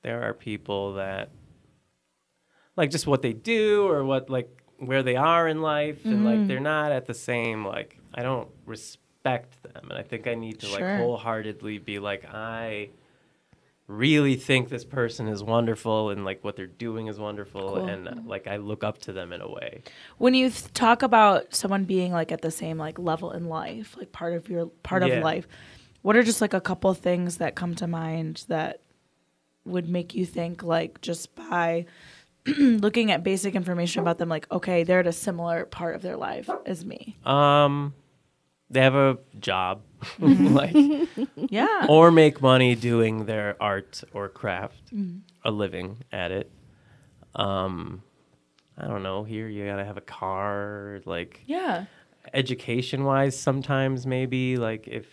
C: there are people that, like, just what they do or what, like, where they are in life, and like, they're not at the same, like, I don't respect them. And I think I need to,
A: Sure.
C: like, wholeheartedly be like, I really think this person is wonderful and, like, what they're doing is wonderful. And, uh, like, I look up to them in a way.
A: When you th- talk about someone being like at the same like level in life, like part of your part
C: Yeah.
A: of life, what are just like a couple things that come to mind that would make you think like just by looking at basic information about them, like okay, they're at a similar part of their life as me.
C: Um, they have a job, like,
A: Yeah.
C: or make money doing their art or craft, a living at it. Um, I don't know. Here, you gotta have a car. Like,
A: Yeah.
C: education wise, sometimes maybe like if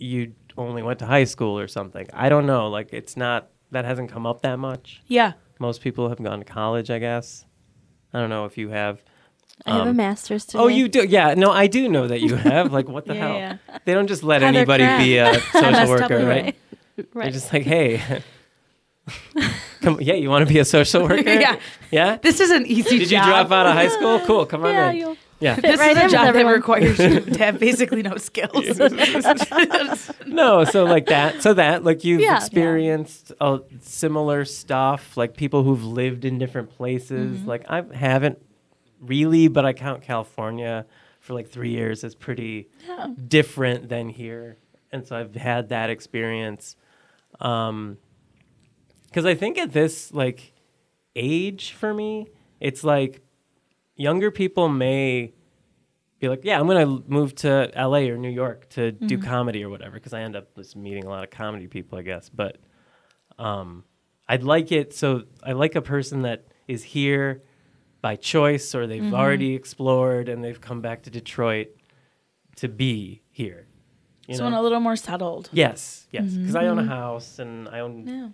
C: you only went to high school or something. I don't know. Like, it's not that hasn't come up that much.
A: Yeah.
C: Most people have gone to college, I guess. I don't know if you have.
B: I have a
C: Um,
B: master's degree.
C: Oh, you do? Yeah. No, I do know that you have. Like, what the
A: Yeah,
C: hell?
A: yeah.
C: They don't just let
A: Heather
C: anybody be a social
A: messed up
C: worker,
A: with
C: right?
A: it.
C: They're
B: right.
C: just like, hey, come. Yeah, you want to be a social worker?
A: Yeah.
C: Yeah.
A: This is an easy
C: Did
A: job.
C: you drop out of high school? Cool. Come on
B: yeah,
C: in.
B: you'll
C: Yeah.
A: This
B: right in
A: is a
B: with
A: job that
B: everyone.
A: requires you to have basically no skills.
C: No. So like that. So that like you've
B: Yeah. Yeah.
C: experienced uh, similar stuff. Like people who've lived in different places.
B: Mm-hmm.
C: Like I haven't really, but I count California for like three years as pretty different than here, and so I've had that experience. Um, because I think at this like age for me, it's like younger people may be like, yeah, I'm gonna l- move to LA or New York to do
A: Mm-hmm.
C: comedy or whatever, because I end up just meeting a lot of comedy people, I guess. But um, I'd like it so I like a person that is here by choice or
A: Mm-hmm.
C: they've already explored and they've come back to Detroit to be here. You
A: Someone
C: know?
A: a little more settled.
C: yes, yes, because I own a house and I own
A: Mm-hmm. Yeah.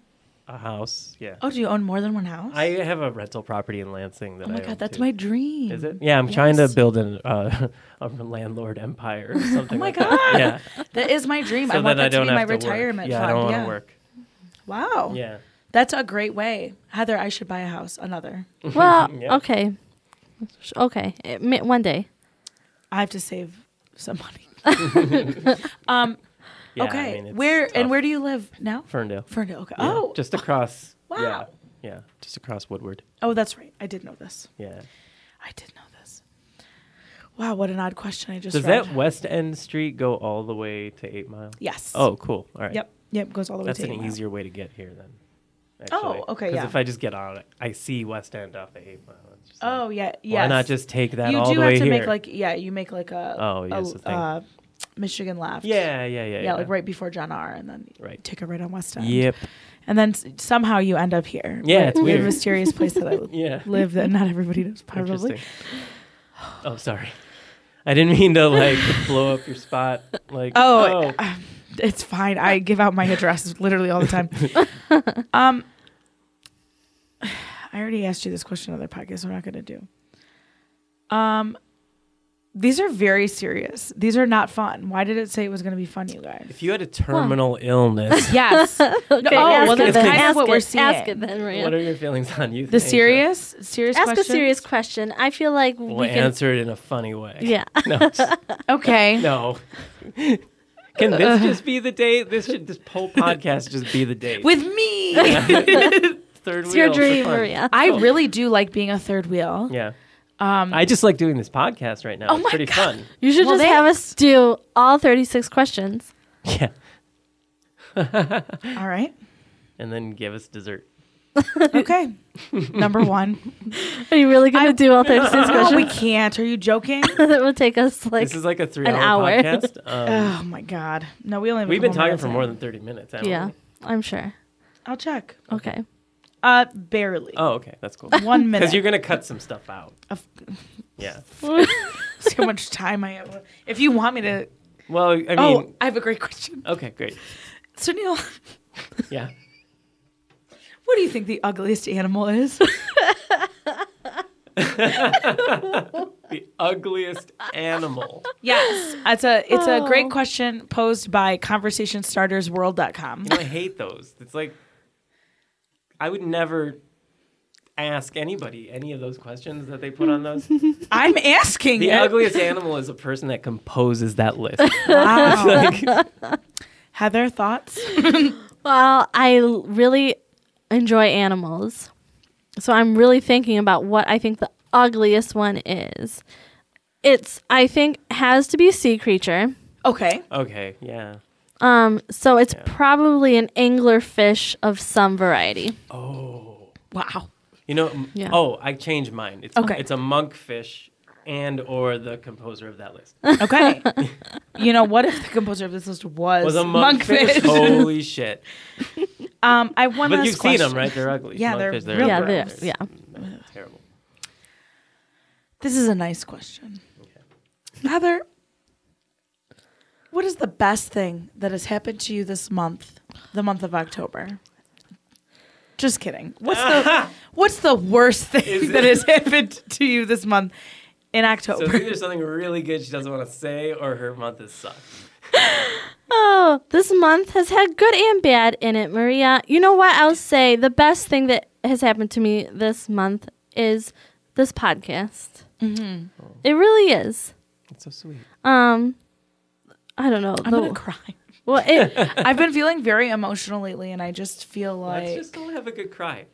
C: a house. Yeah.
A: Oh, do you own more than one house?
C: I have a rental property in Lansing that
A: oh my
C: I own
A: god, that's
C: too.
A: my dream.
C: Is it? Yeah, I'm trying to
A: Yes. Oh
C: build an uh, a landlord empire or something.
A: my
C: like That. Yeah,
A: That is my dream.
C: so
A: I want
C: then
A: that
C: I don't
A: to be my
C: have to
A: retirement
C: work. Yeah,
A: fund.
C: I don't want to
A: yeah.
C: work.
A: Wow.
C: Yeah,
A: That's a great way. Heather, I should buy a house. Another.
B: Well,
C: Yeah.
B: okay. Sh- Okay. It may- one day.
A: I have to save some money. um,
C: yeah. I
A: okay.
C: mean, it's
A: where
C: tough.
A: and where do you live now?
C: Ferndale?
A: Ferndale. Okay.
C: Yeah,
A: Oh.
C: just across. Yeah,
A: Wow.
C: yeah, just across Woodward.
A: oh, that's right. I did know this.
C: Yeah.
A: I did know this. Wow, what an odd question I just
C: Does
A: read.
C: that West End Street go all the way to Eight Mile?
A: Yes.
C: Oh, cool. All right.
A: Yep. Yep. Goes all the way
C: That's
A: to
C: an
A: eight mile.
C: easier way to get here then.
A: Oh, okay,
C: Because
A: yeah.
C: if I just get on it, I see West End off the Eight Mile. It's just like,
A: Oh yeah. Yes.
C: Why not just take that
A: you
C: all
A: do
C: the
A: have
C: way
A: to
C: here?
A: make like yeah, you make like a
C: Oh, yeah,
A: a-
C: it's a thing.
A: uh, Michigan left.
C: yeah, yeah, yeah,
A: yeah, like right before John R. And then
C: Right.
A: take a right on West End.
C: Yep.
A: And then s- somehow you end up here.
C: Yeah,
A: Right.
C: it's weird.
A: A mysterious place that I
C: Yeah.
A: live that not everybody knows probably.
C: Oh, sorry. I didn't mean to like blow up your spot. Like
A: Oh, uh, it's fine. I give out my addresses literally all the time. um, I already asked you this question on the podcast. so I'm not going to do. Um, These are very serious. These are not fun. Why did it say it was going to be fun, you guys?
C: If you had a terminal illness,
A: Yes. No,
B: Okay,
A: oh,
B: ask
A: well,
B: it
A: that's
B: then.
A: kind of
B: Ask
A: what
B: it-
A: we're seeing.
B: Ask it then, Rand.
C: what are your feelings on youth?
A: The
C: in Asia?
A: serious, serious.
B: ask a
A: questions?
B: serious question. I feel like
C: We'll
B: we can.
C: answer it in a funny way.
B: Yeah.
C: No.
A: Okay.
C: no. Can
A: Uh.
C: this just be the date? This should this whole podcast just be the date.
A: With me.
C: third
B: It's
C: wheel
B: your
C: for
B: dream,
C: fun.
B: Maria.
A: I really do like being a third wheel.
C: Yeah.
A: Um,
C: I just like doing this podcast right now.
A: Oh
C: it's
A: my
C: pretty
A: God.
C: fun.
B: You should
A: Well,
B: just have us do all 36 questions.
C: Yeah.
A: All right.
C: And then give us dessert.
A: Okay. Number one.
B: Are you really going to do all 36
A: No,
B: questions?
A: we can't. Are you joking?
B: it would take us like.
C: this is like a three
B: hour.
C: hour podcast. Um,
A: Oh my god. No, we only. Have a
C: we've been
A: couple
C: talking
A: minutes
C: for
A: in.
C: more than 30 minutes. haven't
B: yeah,
C: we?
B: I'm sure.
A: I'll check.
B: Okay.
A: Uh, barely.
C: Oh, okay. That's cool.
A: One minute.
C: Because you're going to cut some stuff out.
A: Of-
C: Yeah.
A: See how much time I have. If you want me to.
C: Well, I mean,
A: oh, I have a great question.
C: okay, great.
A: So Neil,
C: Yeah.
A: what do you think the ugliest animal is?
C: The ugliest animal.
A: yes, it's a it's a
B: Oh.
A: great question posed by conversationstartersworld.com.
C: You know, I hate those. It's like, I would never ask anybody any of those questions that they put on those. The
A: I'm asking it.
C: ugliest animal is a person that composes that list.
A: Wow. Heather, thoughts?
B: Well, I l- really enjoy animals. So I'm really thinking about what I think the ugliest one is. It's I think has to be a sea creature.
A: Okay.
C: Okay, yeah.
B: Um so it's probably an anglerfish of some variety.
C: Oh.
A: Wow.
C: You know, m-
B: Yeah.
C: oh, I changed mine. It's,
A: Okay.
C: it's a monkfish and or the composer of that list.
A: Okay. you know, what if the composer of this list was,
C: Was a monkfish. Oh.
A: monkfish?
C: Holy shit.
A: Um, I have one
C: But
A: last
C: you've seen
A: question.
C: them, right? They're ugly.
A: Yeah, they're
C: Monkfish,
A: real
B: yeah,
A: gross.
B: there.
A: grounds.
B: Yeah.
C: they're terrible.
A: This is a nice question. Heather, what is the best thing that has happened to you this month, the month of October? Just kidding. What's the what's the worst thing
C: Is
A: that
C: it-
A: has happened to you this month in
C: So
A: October?
C: it's either something really good she doesn't want to say or her month has sucked.
B: Oh, this month has had good and bad in it, Maria. You know what? I'll say the best thing that has happened to me this month is this podcast.
A: Mm-hmm.
B: It really is.
C: It's so sweet.
B: Um, I don't know.
A: I'm
B: the-
A: gonna cry.
B: well, it,
A: I've been feeling very emotional lately, and I just feel
C: Let's
A: like
C: just go have a good cry.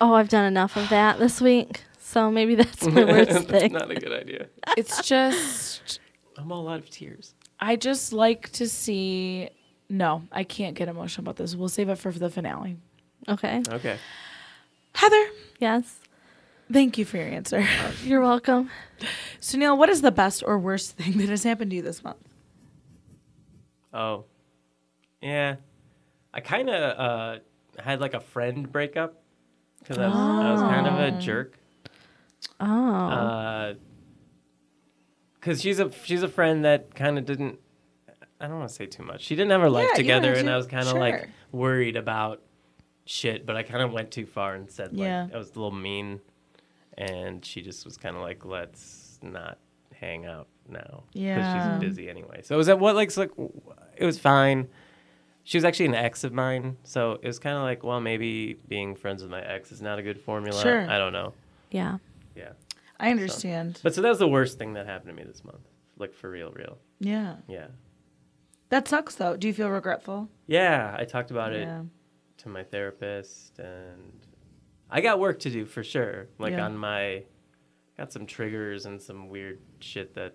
B: oh, I've done enough of that this week, so maybe that's my worst thing.
C: Not a good idea.
A: it's just.
C: I'm all out of tears.
A: I just like to see. No, I can't get emotional about this. We'll save it for the finale.
B: Okay.
C: Okay.
A: Heather,
B: Yes.
A: thank you for your answer.
B: You're welcome.
A: Sunil, what is the best or worst thing that has happened to you this month?
C: Oh. Yeah. I kind of uh, had like a friend breakup because I, was- I was kind of a jerk.
B: Oh.
C: Uh,
A: Uh-huh.
C: because she's a she's a friend that kind of didn't. I don't want to say too much. She didn't have her life
A: Yeah, you don't
C: together,
A: have
C: and
A: to-
C: I was kind of
A: sure.
C: like worried about shit. But I kind of went too far and said
A: Yeah.
C: like I was a little mean, and she just was kind of like, "Let's not hang out now."
A: Yeah.
C: she's busy anyway. So it was at what like, it's like w- it was fine. She was actually an ex of mine, so it was kind of like, well, maybe being friends with my ex is not a good formula.
A: Sure.
C: I don't know.
B: yeah.
C: Yeah.
A: I understand.
C: But so that was the worst thing that happened to me this month. Like for real, real.
A: Yeah.
C: Yeah.
A: That sucks though. Do you feel regretful?
C: Yeah. I talked about
A: Yeah.
C: it to my therapist and I got work to do for sure. Like
A: Yeah.
C: on my got some triggers and some weird shit that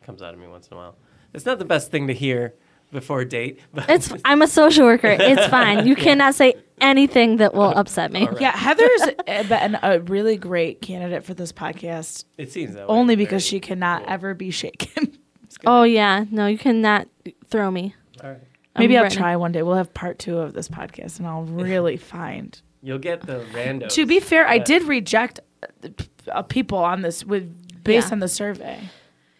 C: comes out of me once in a while. It's not the best thing to hear before a date, but
B: It's. I'm a social worker. It's fine. You cannot say anything that will upset me.
C: All right.
A: Yeah, Heather's a, been a really great candidate for this podcast
C: it seems that way.
A: only because
C: Oh, Very-
A: she cannot
C: yeah.
A: ever be shaken.
B: Oh yeah. No, you cannot throw me.
C: All right.
B: I'm
A: Maybe I'll
B: ready.
A: try one day. We'll have part two of this podcast and I'll really find.
C: You'll get the random.
A: To be fair, I
C: Yeah.
A: did reject uh, p- uh, people on this with based
B: Yeah.
A: on the survey.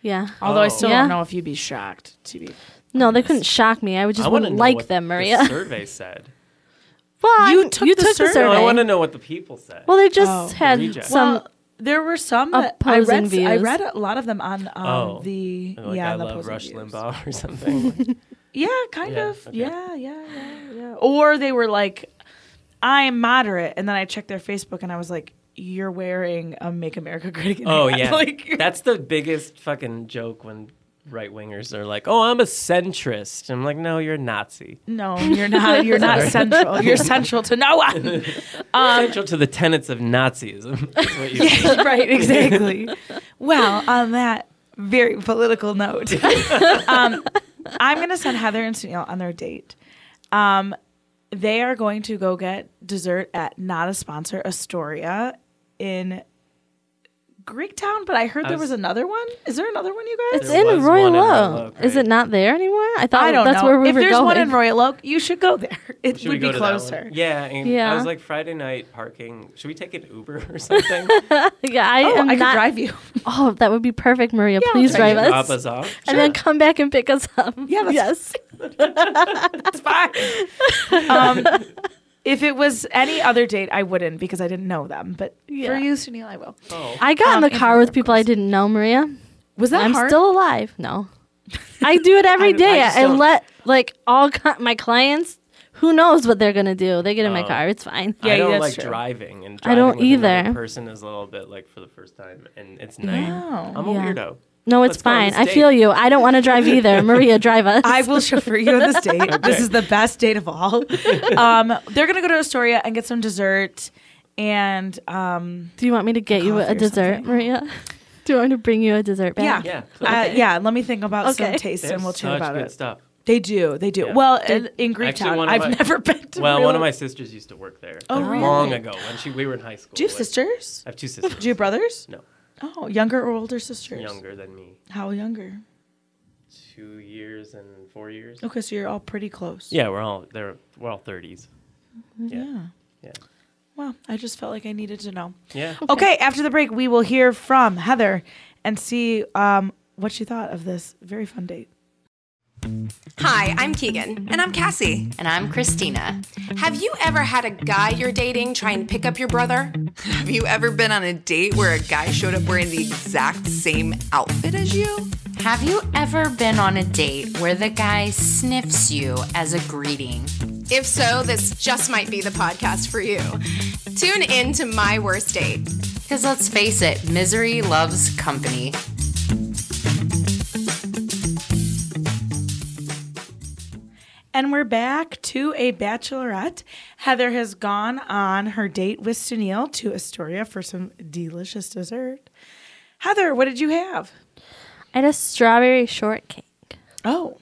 B: Yeah.
A: Although I
C: Oh.
A: still
B: Yeah.
A: don't know if you'd be shocked to be.
B: No, they couldn't shock me. I would
C: I
B: just
C: want to
B: wouldn't like them, Maria.
C: The survey said.
B: well,
A: You
B: I-
A: took the survey.
C: No, I
A: Survey.
C: want to know what the people said.
B: Well, they just
A: Oh.
B: had
C: Reject.
B: some
A: Well, There were some that I read.
B: Opposing
A: I
B: views.
A: read a lot of them on um,
C: Oh.
A: the
C: Like
A: yeah
C: I
A: on the
C: love
A: opposing
C: Rush
A: views.
C: Limbaugh or something.
A: Yeah, kind
C: Yeah,
A: of.
C: okay.
A: Yeah, yeah, yeah, yeah. Or they were like, "I'm moderate," and then I checked their Facebook and I was like, "You're wearing a Make America Great Again."
C: oh
A: hat."
C: yeah,
A: like
C: that's the biggest fucking joke when right wingers are like, "Oh, I'm a centrist." I'm like, "No, you're a Nazi."
A: no, you're not. You're not central. You're central to no one.
C: Central to the tenets of Nazism. is what you
A: Yeah, right, exactly. well, on that very political note, um, I'm going to send Heather and Sunil on their date. Um, they are going to go get dessert at not a sponsor Astoria in Greektown, but I heard
C: I
A: there
C: was-
A: was another one. Is there another one, you guys?
B: It's
C: There
B: in
C: was
B: Royal
C: one in Royal
B: Oak.
C: Oak,
B: Is
C: right?
B: it not there anymore? I thought
A: I don't
B: that's
A: know.
B: where we
A: if
B: were
A: there's
B: going.
A: one in Royal Oak, you should go there. It
C: Should
A: would
C: we
A: be
C: go to that one?
A: closer.
C: Yeah, and
B: Yeah.
C: I was like Friday night parking. Should we take an Uber or something?
B: yeah, I
A: Oh,
B: am
A: I could
B: not.
A: drive you.
B: Oh, that would be perfect, Maria.
A: Yeah, I'll
B: Please
A: drive
B: drive
C: Can you
B: us,
C: drop us off.
B: and then come back and pick us up.
A: Yeah, that's
B: yes.
A: It's fine. um, if it was any other date, I wouldn't because I didn't know them. But for
B: Yeah.
A: you, Sunil, I will.
C: Oh,
B: I got
A: Um,
B: in the
A: if
B: car
A: you're
B: with
A: of
B: people I didn't know, Maria.
A: Was that
B: I'm
A: hard?
B: still alive. No, I do it every
A: I-
B: day.
A: I
B: I,
A: just don't-
B: let like all co- my clients. Who knows what they're gonna do? They get in my
C: Oh.
B: car. It's fine.
A: Yeah,
C: I don't
A: that's
C: like
A: true.
C: driving, and
B: I
C: driving
B: don't
C: with another
B: either.
C: Person is a little bit like for the first time, and it's night.
A: Wow.
C: I'm a
B: Yeah.
C: weirdo.
B: No, it's
C: Let's go on
B: fine.
C: this
B: I
C: date.
B: feel you. I don't want to drive either. Maria, drive us.
A: I will chauffeur you on this date. This is the best date of all. Um, they're gonna go to Astoria and get some dessert, and um,
B: do you want me to get you
A: coffee
B: a
A: or
B: dessert,
A: something.
B: Maria? Do you want me to bring you a dessert
A: yeah,
B: bag?
C: Yeah,
A: uh,
C: please.
A: yeah. Let me think about some
B: Okay.
A: taste,
C: They
A: and
C: have
A: we'll chat
C: such
A: about
C: good
A: it.
C: stuff.
A: They do, they do.
C: Yeah.
A: Well, in, in Greektown,
C: one of
A: I've
C: my-
A: never been to.
C: Well,
A: real-
C: one of my sisters used to work there.
A: Oh,
C: like,
A: really?
C: long ago when she we were in high school.
A: Do you have
C: like-
A: sisters?
C: I have two sisters.
A: Do you have brothers?
C: No,
A: Oh, younger or older sisters?
C: younger than me,
A: How younger?
C: two years and four years.
A: Okay, so you're all pretty close.
C: Yeah, we're all they're we're all thirties. Yeah,
A: Mm, Yeah. Oh.
C: yeah,
A: Well, I just felt like I needed to know.
C: yeah.
A: Okay, after the break, we will hear from Heather and see um, what she thought of this very fun date.
D: Hi, I'm Keegan. And I'm Cassie.
E: And I'm Christina.
D: Have you ever had a guy you're dating try and pick up your brother?
E: Have you ever been on a date where a guy showed up wearing the exact same outfit as you?
F: Have you ever been on a date where the guy sniffs you as a greeting?
D: If so, this just might be the podcast for you. Tune in to My Worst Date.
F: Because let's face it, misery loves company.
A: And we're back to a bachelorette. Heather has gone on her date with Sunil to Astoria for some delicious dessert. Heather, what did you have?
B: I had a strawberry shortcake,
A: Oh,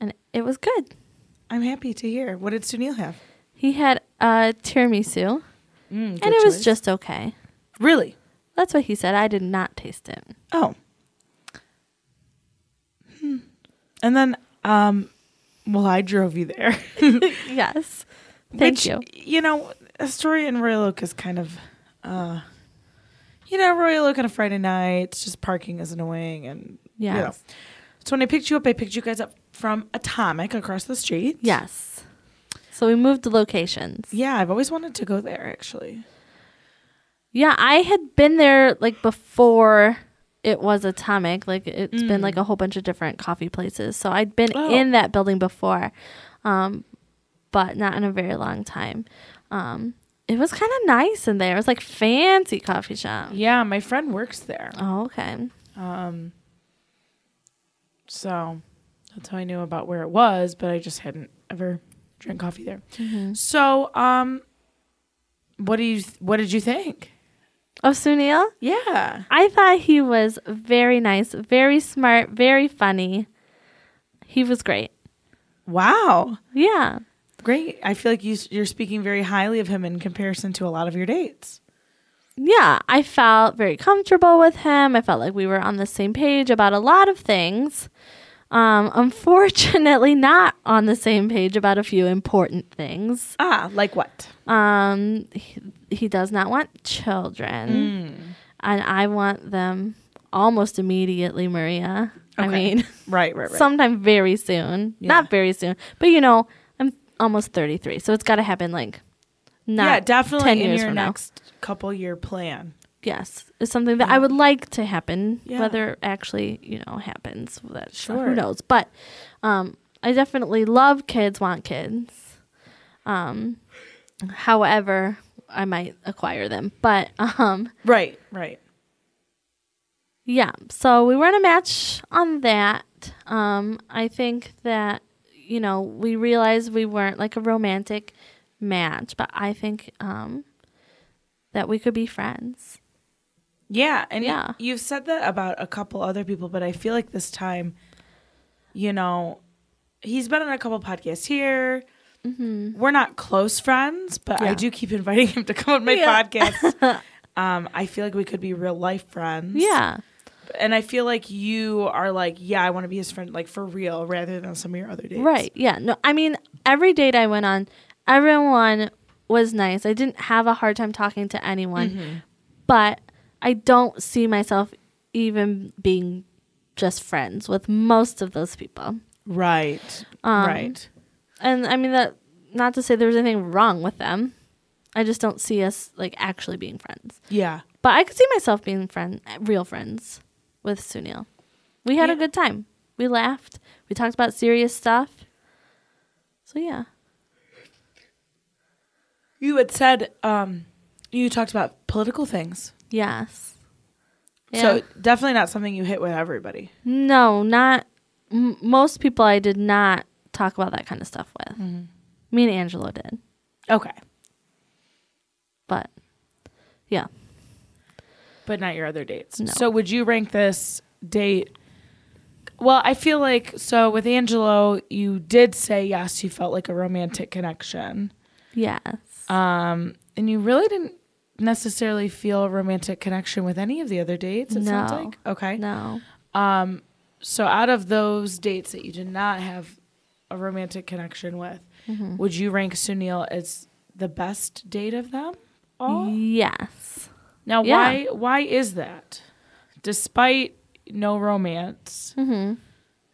B: and it was good.
A: I'm happy to hear. What did Sunil have?
B: He had a tiramisu,
A: Mm,
B: and it was just okay.
A: Really?
B: That's what he said. I did not taste it.
A: Oh. Hmm. And then, um, well, I drove you there.
B: Yes. Thank
A: Which,
B: you.
A: You know, Astoria and Royal Oak is kind of, uh, you know, Royal Oak on a Friday night. It's just parking is annoying, and yeah. you know.
B: Yes.
A: So when I picked you up, I picked you guys up from Atomic across the street.
B: Yes. So we moved locations.
A: Yeah, I've always wanted to go there actually.
B: Yeah, I had been there like before it was Atomic. Like it's been
A: Mm.
B: like a whole bunch of different coffee places. So I'd been
A: Oh.
B: in that building before, um, but not in a very long time. Um, it was kind of nice in there. It was like fancy coffee shop.
A: Yeah, my friend works there,
B: Oh, okay.
A: so that's how I knew about where it was. But I just hadn't ever drank coffee there. So, um, what do you? Th- what did you think?
B: Oh, Sunil?
A: Yeah.
B: I thought he was very nice, very smart, very funny. He was great.
A: Wow.
B: Yeah.
A: Great. I feel like you, you're speaking very highly of him in comparison to a lot of your dates.
B: yeah, I felt very comfortable with him. I felt like we were on the same page about a lot of things. Um, unfortunately, not on the same page about a few important things.
A: Ah, like what?
B: Um, he, he does not want children, and I want them almost immediately, Maria. I
A: Okay.
B: mean,
A: Right, right, right.
B: sometime very soon. Not very soon, but you know, I'm almost 33, so it's got to happen like not
A: yeah, definitely
B: 10
A: in
B: years
A: your
B: from now.
A: next couple year plan.
B: yes is something that I would like to happen.
A: Yeah.
B: Whether it actually you know happens, that
A: Sure.
B: who knows. But um, I definitely love kids, want kids. Um, however, I might acquire them, but um,
A: Right, right.
B: yeah, so we were in a match on that. Um, I think that, you know, we realized we weren't like a romantic match, but I think um, that we could be friends.
A: Yeah, and
B: Yeah.
A: yeah. you've said that about a couple other people, but I feel like this time, you know, he's been on a couple podcasts here. We're not close friends, but I
B: Mm-hmm. Yeah.
A: do keep inviting him to come on my
B: Yeah.
A: podcast. um, I feel like we could be real life friends.
B: Yeah.
A: and I feel like you are like, yeah, I want to be his friend, like for real, rather than some of your other dates.
B: Right. Yeah. No, I mean, every date I went on, everyone was nice. I didn't have a hard time talking to anyone, but I don't see myself even being just friends with most of those people. Um,
A: right, right.
B: and I mean that not to say there was anything wrong with them. I just don't see us like actually being friends.
A: Yeah,
B: But I could see myself being friend, real friends with Sunil. We had a good time. We laughed. We talked about serious stuff. So yeah,
A: you had said um, you talked about political things,
B: yes. Yeah.
A: so definitely not something you hit with everybody.
B: no, not m- most people. I did not talk about that kind of stuff with. Me and Angelo did,
A: Okay,
B: but yeah,
A: but not your other dates.
B: No.
A: So would you rank this date? Well, I feel like so with Angelo, you did say yes, you felt like a romantic connection.
B: yes.
A: Um, and you really didn't necessarily feel a romantic connection with any of the other dates, it sounds
B: No.
A: like. Okay.
B: No.
A: So out of those dates that you did not have a romantic connection with,
B: Mm-hmm.
A: would you rank Sunil as the best date of them all?
B: Yes.
A: Now
B: Yeah.
A: why why is that? Despite no romance,
B: Mm-hmm.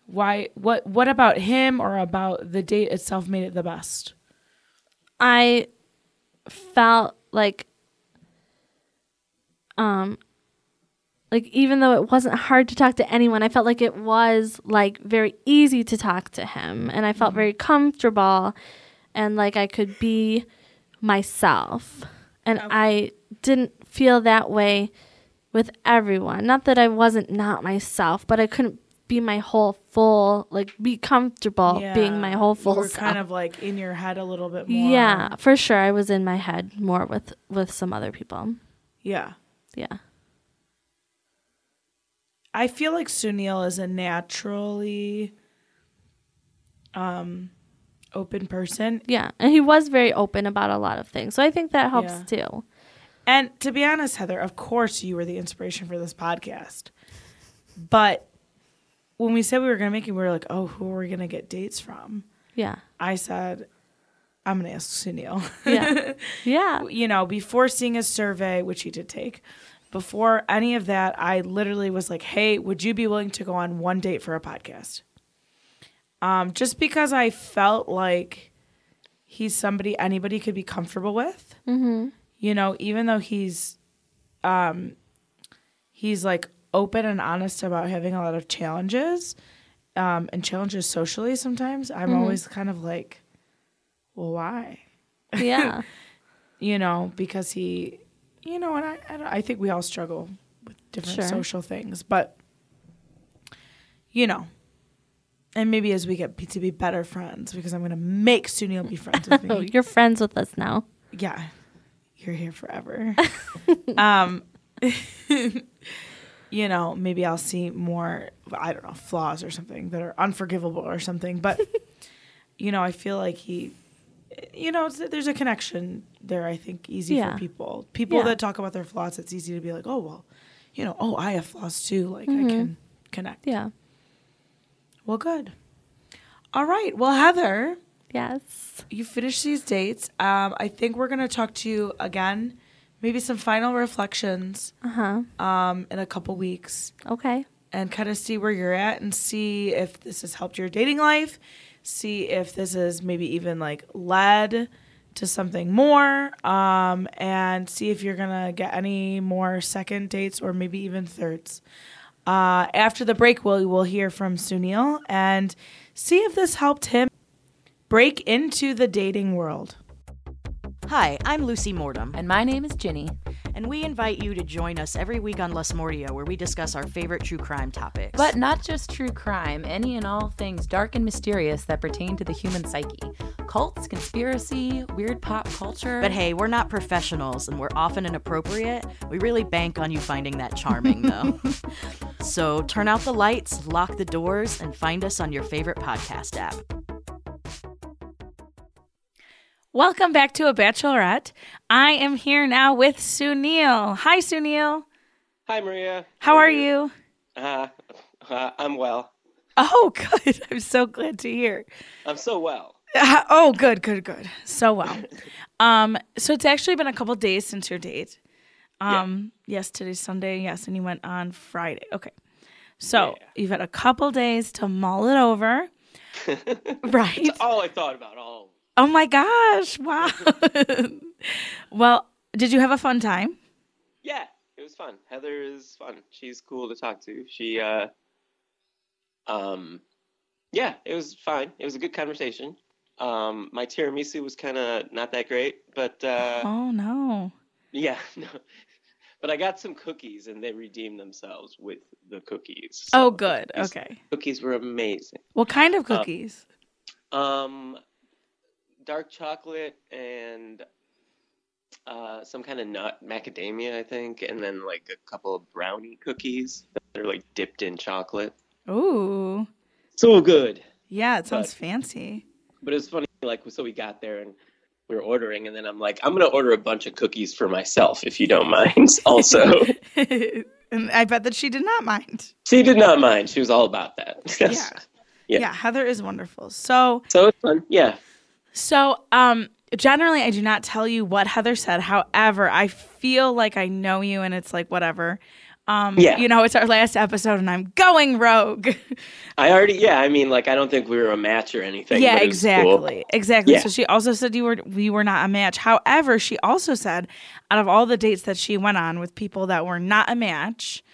A: why what what about him or about the date itself made it the best?
B: I felt like um like even though it wasn't hard to talk to anyone, I felt like it was like very easy to talk to him and I felt
A: Mm-hmm.
B: very comfortable and like I could be myself. And I didn't feel that way with everyone. Not that I wasn't not myself, but I couldn't be my whole full like be comfortable being my whole full
A: you were
B: self.
A: kind of like in your head a little bit more.
B: Yeah, for sure. I was in my head more with with some other people.
A: Yeah.
B: Yeah.
A: I feel like Sunil is a naturally um open person.
B: Yeah. And he was very open about a lot of things. So I think that helps too.
A: And to be honest, Heather, of course you were the inspiration for this podcast. But when we said we were gonna make it, we were like, oh, who are we gonna get dates from?
B: Yeah.
A: I said, I'm gonna ask Sunil.
B: Yeah. yeah.
A: you know, before seeing his survey, which he did take, before any of that, I literally was like, hey, would you be willing to go on one date for a podcast? Um, just because I felt like he's somebody anybody could be comfortable with. You know, even though he's, um, he's like open and honest about having a lot of challenges, um, and challenges socially. Sometimes I'm always kind of like, well, why?
B: Yeah.
A: you know, because he, you know, and I, I, don't- I think we all struggle with different
B: Sure.
A: social things, but, you know, and maybe as we get to be better friends, because I'm going to make Sunil be friends with
B: Oh,
A: me.
B: you're friends with us now.
A: yeah, you're here forever. um, you know, maybe I'll see more, I don't know, flaws or something that are unforgivable or something, but, you know, I feel like he you know, it's- there's a connection there. I think easy
B: Yeah.
A: for people. People
B: Yeah.
A: that talk about their flaws, it's easy to be like, oh well, you know, oh I have flaws too. Like I can connect.
B: Mm-hmm. Yeah.
A: Well, good. All right. Well, Heather,
B: Yes.
A: you finished these dates. Um, I think we're gonna talk to you again. Maybe some final reflections
B: Uh huh.
A: um, in a couple weeks,
B: Okay.
A: and kind of see where you're at, and see if this has helped your dating life. See if this has maybe even like led to something more um, and see if you're going to get any more second dates or maybe even thirds. Uh, after the break, we'll, we'll hear from Sunil and see if this helped him break into the dating world.
G: Hi, I'm Lucy Mortem,
F: And my name is Ginny.
G: and we invite you to join us every week on Les Mordia, where we discuss our favorite true crime topics.
F: But not just true crime, any and all things dark and mysterious that pertain to the human psyche cults, conspiracy, weird pop culture.
G: but hey, we're not professionals, and we're often inappropriate. We really bank on you finding that charming, though. so turn out the lights, lock the doors, and find us on your favorite podcast app.
A: Welcome back to A Bachelorette. I am here now with Sunil. Hi, Sunil.
H: Hi, Maria.
A: How are you?
H: Uh, uh, I'm well.
A: Oh, good. I'm so glad to hear.
H: I'm so well.
A: Uh, oh, good, good, good. So well. Um, so it's actually been a couple days since your date. Um, yes, today's Sunday. Yes, and you went on Friday. Okay. So you've had a couple days to mull it over. right.
H: All I thought about all.
A: Oh my gosh. Wow. well, did you have a fun time?
H: Yeah, it was fun. Heather is fun. She's cool to talk to. She, uh, um, yeah, it was fine. It was a good conversation. Um, my tiramisu was kind of not that great, but uh,
A: Oh no.
H: yeah, no. But I got some cookies, and they redeemed themselves with the cookies.
A: Oh,
H: So Uh,
A: good.
H: these
A: Okay.
H: Cookies were amazing.
A: What kind of cookies?
H: Um, dark chocolate and uh, some kind of nut, macadamia, I think, and then like a couple of brownie cookies that are like dipped in chocolate.
A: Ooh.
H: So good.
A: Yeah, it sounds fancy.
H: But it's funny, like, so we got there and we were ordering, and then I'm like, I'm gonna order a bunch of cookies for myself if you don't mind. Also,
A: and I bet that she did not mind.
H: she did not mind. She was all about that.
A: Yeah.
H: Yeah.
A: Yeah, Heather is wonderful. So,
H: So it's fun. Yeah.
A: so um generally I do not tell you what Heather said. However, I feel like I know you and it's like whatever. Um
H: Yeah.
A: you know, it's our last episode and I'm going rogue.
H: I already. Yeah. I mean, like, I don't think we were a match or anything.
A: yeah,
H: but it was cool.
A: exactly. Exactly.
H: Yeah.
A: So she also said you were we were not a match. However, she also said out of all the dates that she went on with people that were not a match,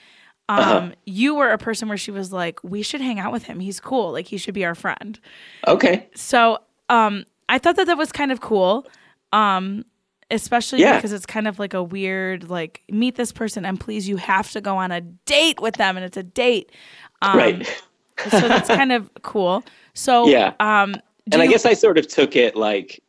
A: um,
H: Uh-huh.
A: you were a person where she was like, We should hang out with him. He's cool. Like he should be our friend.
H: Okay.
A: So um, I thought that that was kind of cool, um, especially
H: Yeah.
A: because it's kind of like a weird like meet this person and please you have to go on a date with them and it's a date. Um,
H: right.
A: so that's kind of cool. So
H: Yeah.
A: um, do
H: and I
A: you-
H: guess I sort of took it like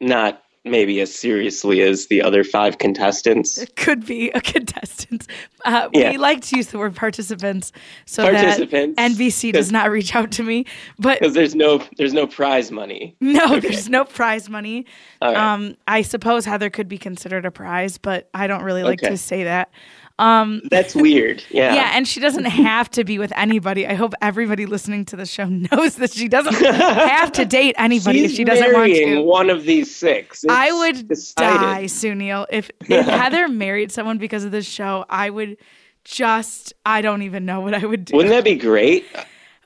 H: not maybe as seriously as the other five contestants.
A: could be a contestant. Uh,
H: Yeah.
A: We like to use the word participants so
H: Participants.
A: that NBC does not reach out to me. But
H: Because there's no there's no prize money.
A: no, there's no prize money.
H: All right.
A: Um, I suppose Heather could be considered a prize, but I don't really like
H: Okay.
A: to say that. Um,
H: That's weird. Yeah.
A: yeah, and she doesn't have to be with anybody. I hope everybody listening to the show knows that she doesn't have to date anybody
H: She's
A: if she doesn't want
H: marrying
A: to.
H: one of these six. It's
A: I would
H: decided.
A: die, Sunil. If, if Heather married someone because of this show, I would just, I don't even know what I would do.
H: Wouldn't that be great?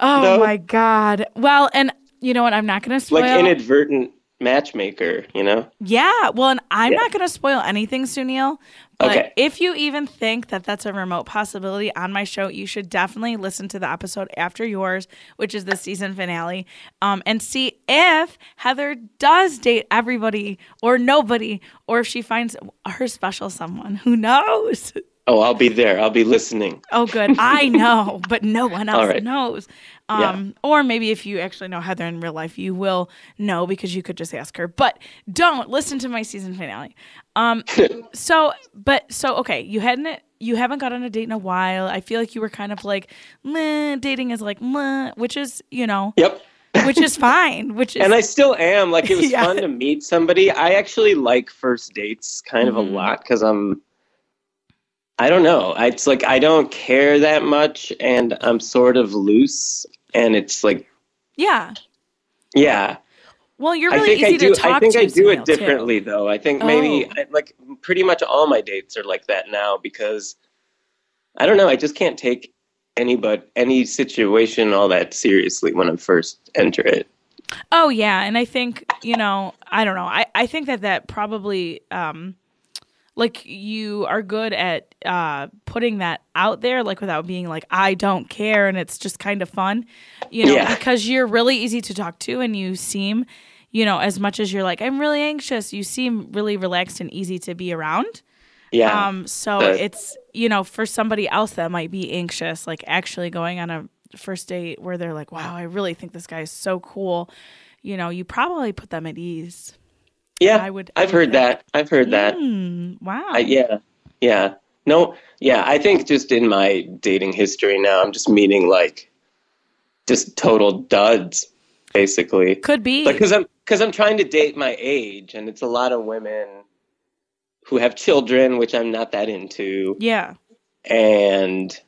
A: oh
H: though?
A: my God. Well, and you know what? I'm not going to spoil
H: Like inadvertent matchmaker, you know?
A: Yeah. Well, and I'm not going to spoil anything, Sunil. But
H: Okay.
A: if you even think that that's a remote possibility on my show, you should definitely listen to the episode after yours, which is the season finale, um, and see if Heather does date everybody or nobody, or if she finds her special someone. Who knows?
H: Oh, I'll be there. I'll be listening.
A: Oh, good. I know, but no one else
H: right.
A: knows.
H: Yeah.
A: Um, Or maybe if you actually know Heather in real life, you will know because you could just ask her. But don't listen to my season finale. Um, so, but so okay, you hadn't you haven't got on a date in a while. I feel like you were kind of like meh, dating is like meh, which is you know,
H: Yep.
A: which is fine. Which is
H: And I still am. Like it was
A: Yeah.
H: fun to meet somebody. I actually like first dates kind of a
A: Mm.
H: lot because I'm. I don't know. I- It's like I don't care that much, and I'm sort of loose, and it's like
A: yeah.
H: yeah.
A: Well, you're
H: I
A: really
H: think
A: easy
H: I do.
A: to talk
H: I think
A: to.
H: I do
A: Sunil,
H: it
A: too.
H: differently though. I think maybe
A: Oh.
H: I, like pretty much all my dates are like that now because I don't know. I just can't take any but any situation all that seriously when I first enter it.
A: Oh yeah, and I think you know, I don't know. I I think that that probably um, like you are good at uh putting that out there, like without being like I don't care, and it's just kind of fun, you know,
H: Yeah.
A: because you're really easy to talk to, and you seem, you know, as much as you're like I'm really anxious, you seem really relaxed and easy to be around.
H: Yeah.
A: Um, so
H: Uh,
A: it's you know for somebody else that might be anxious, like actually going on a first date where they're like, "Wow, I really think this guy is so cool," you know, you probably put them at ease.
H: yeah.
A: I would- I
H: I've
A: would
H: heard that. I've heard that.
A: Mm, wow.
H: I, yeah, yeah. No, yeah. I think just in my dating history now, I'm just meeting like just total duds, basically.
A: Could be.
H: Like, cause I'm cause I'm trying to date my age, and it's a lot of women who have children, which I'm not that into,
A: yeah.
H: and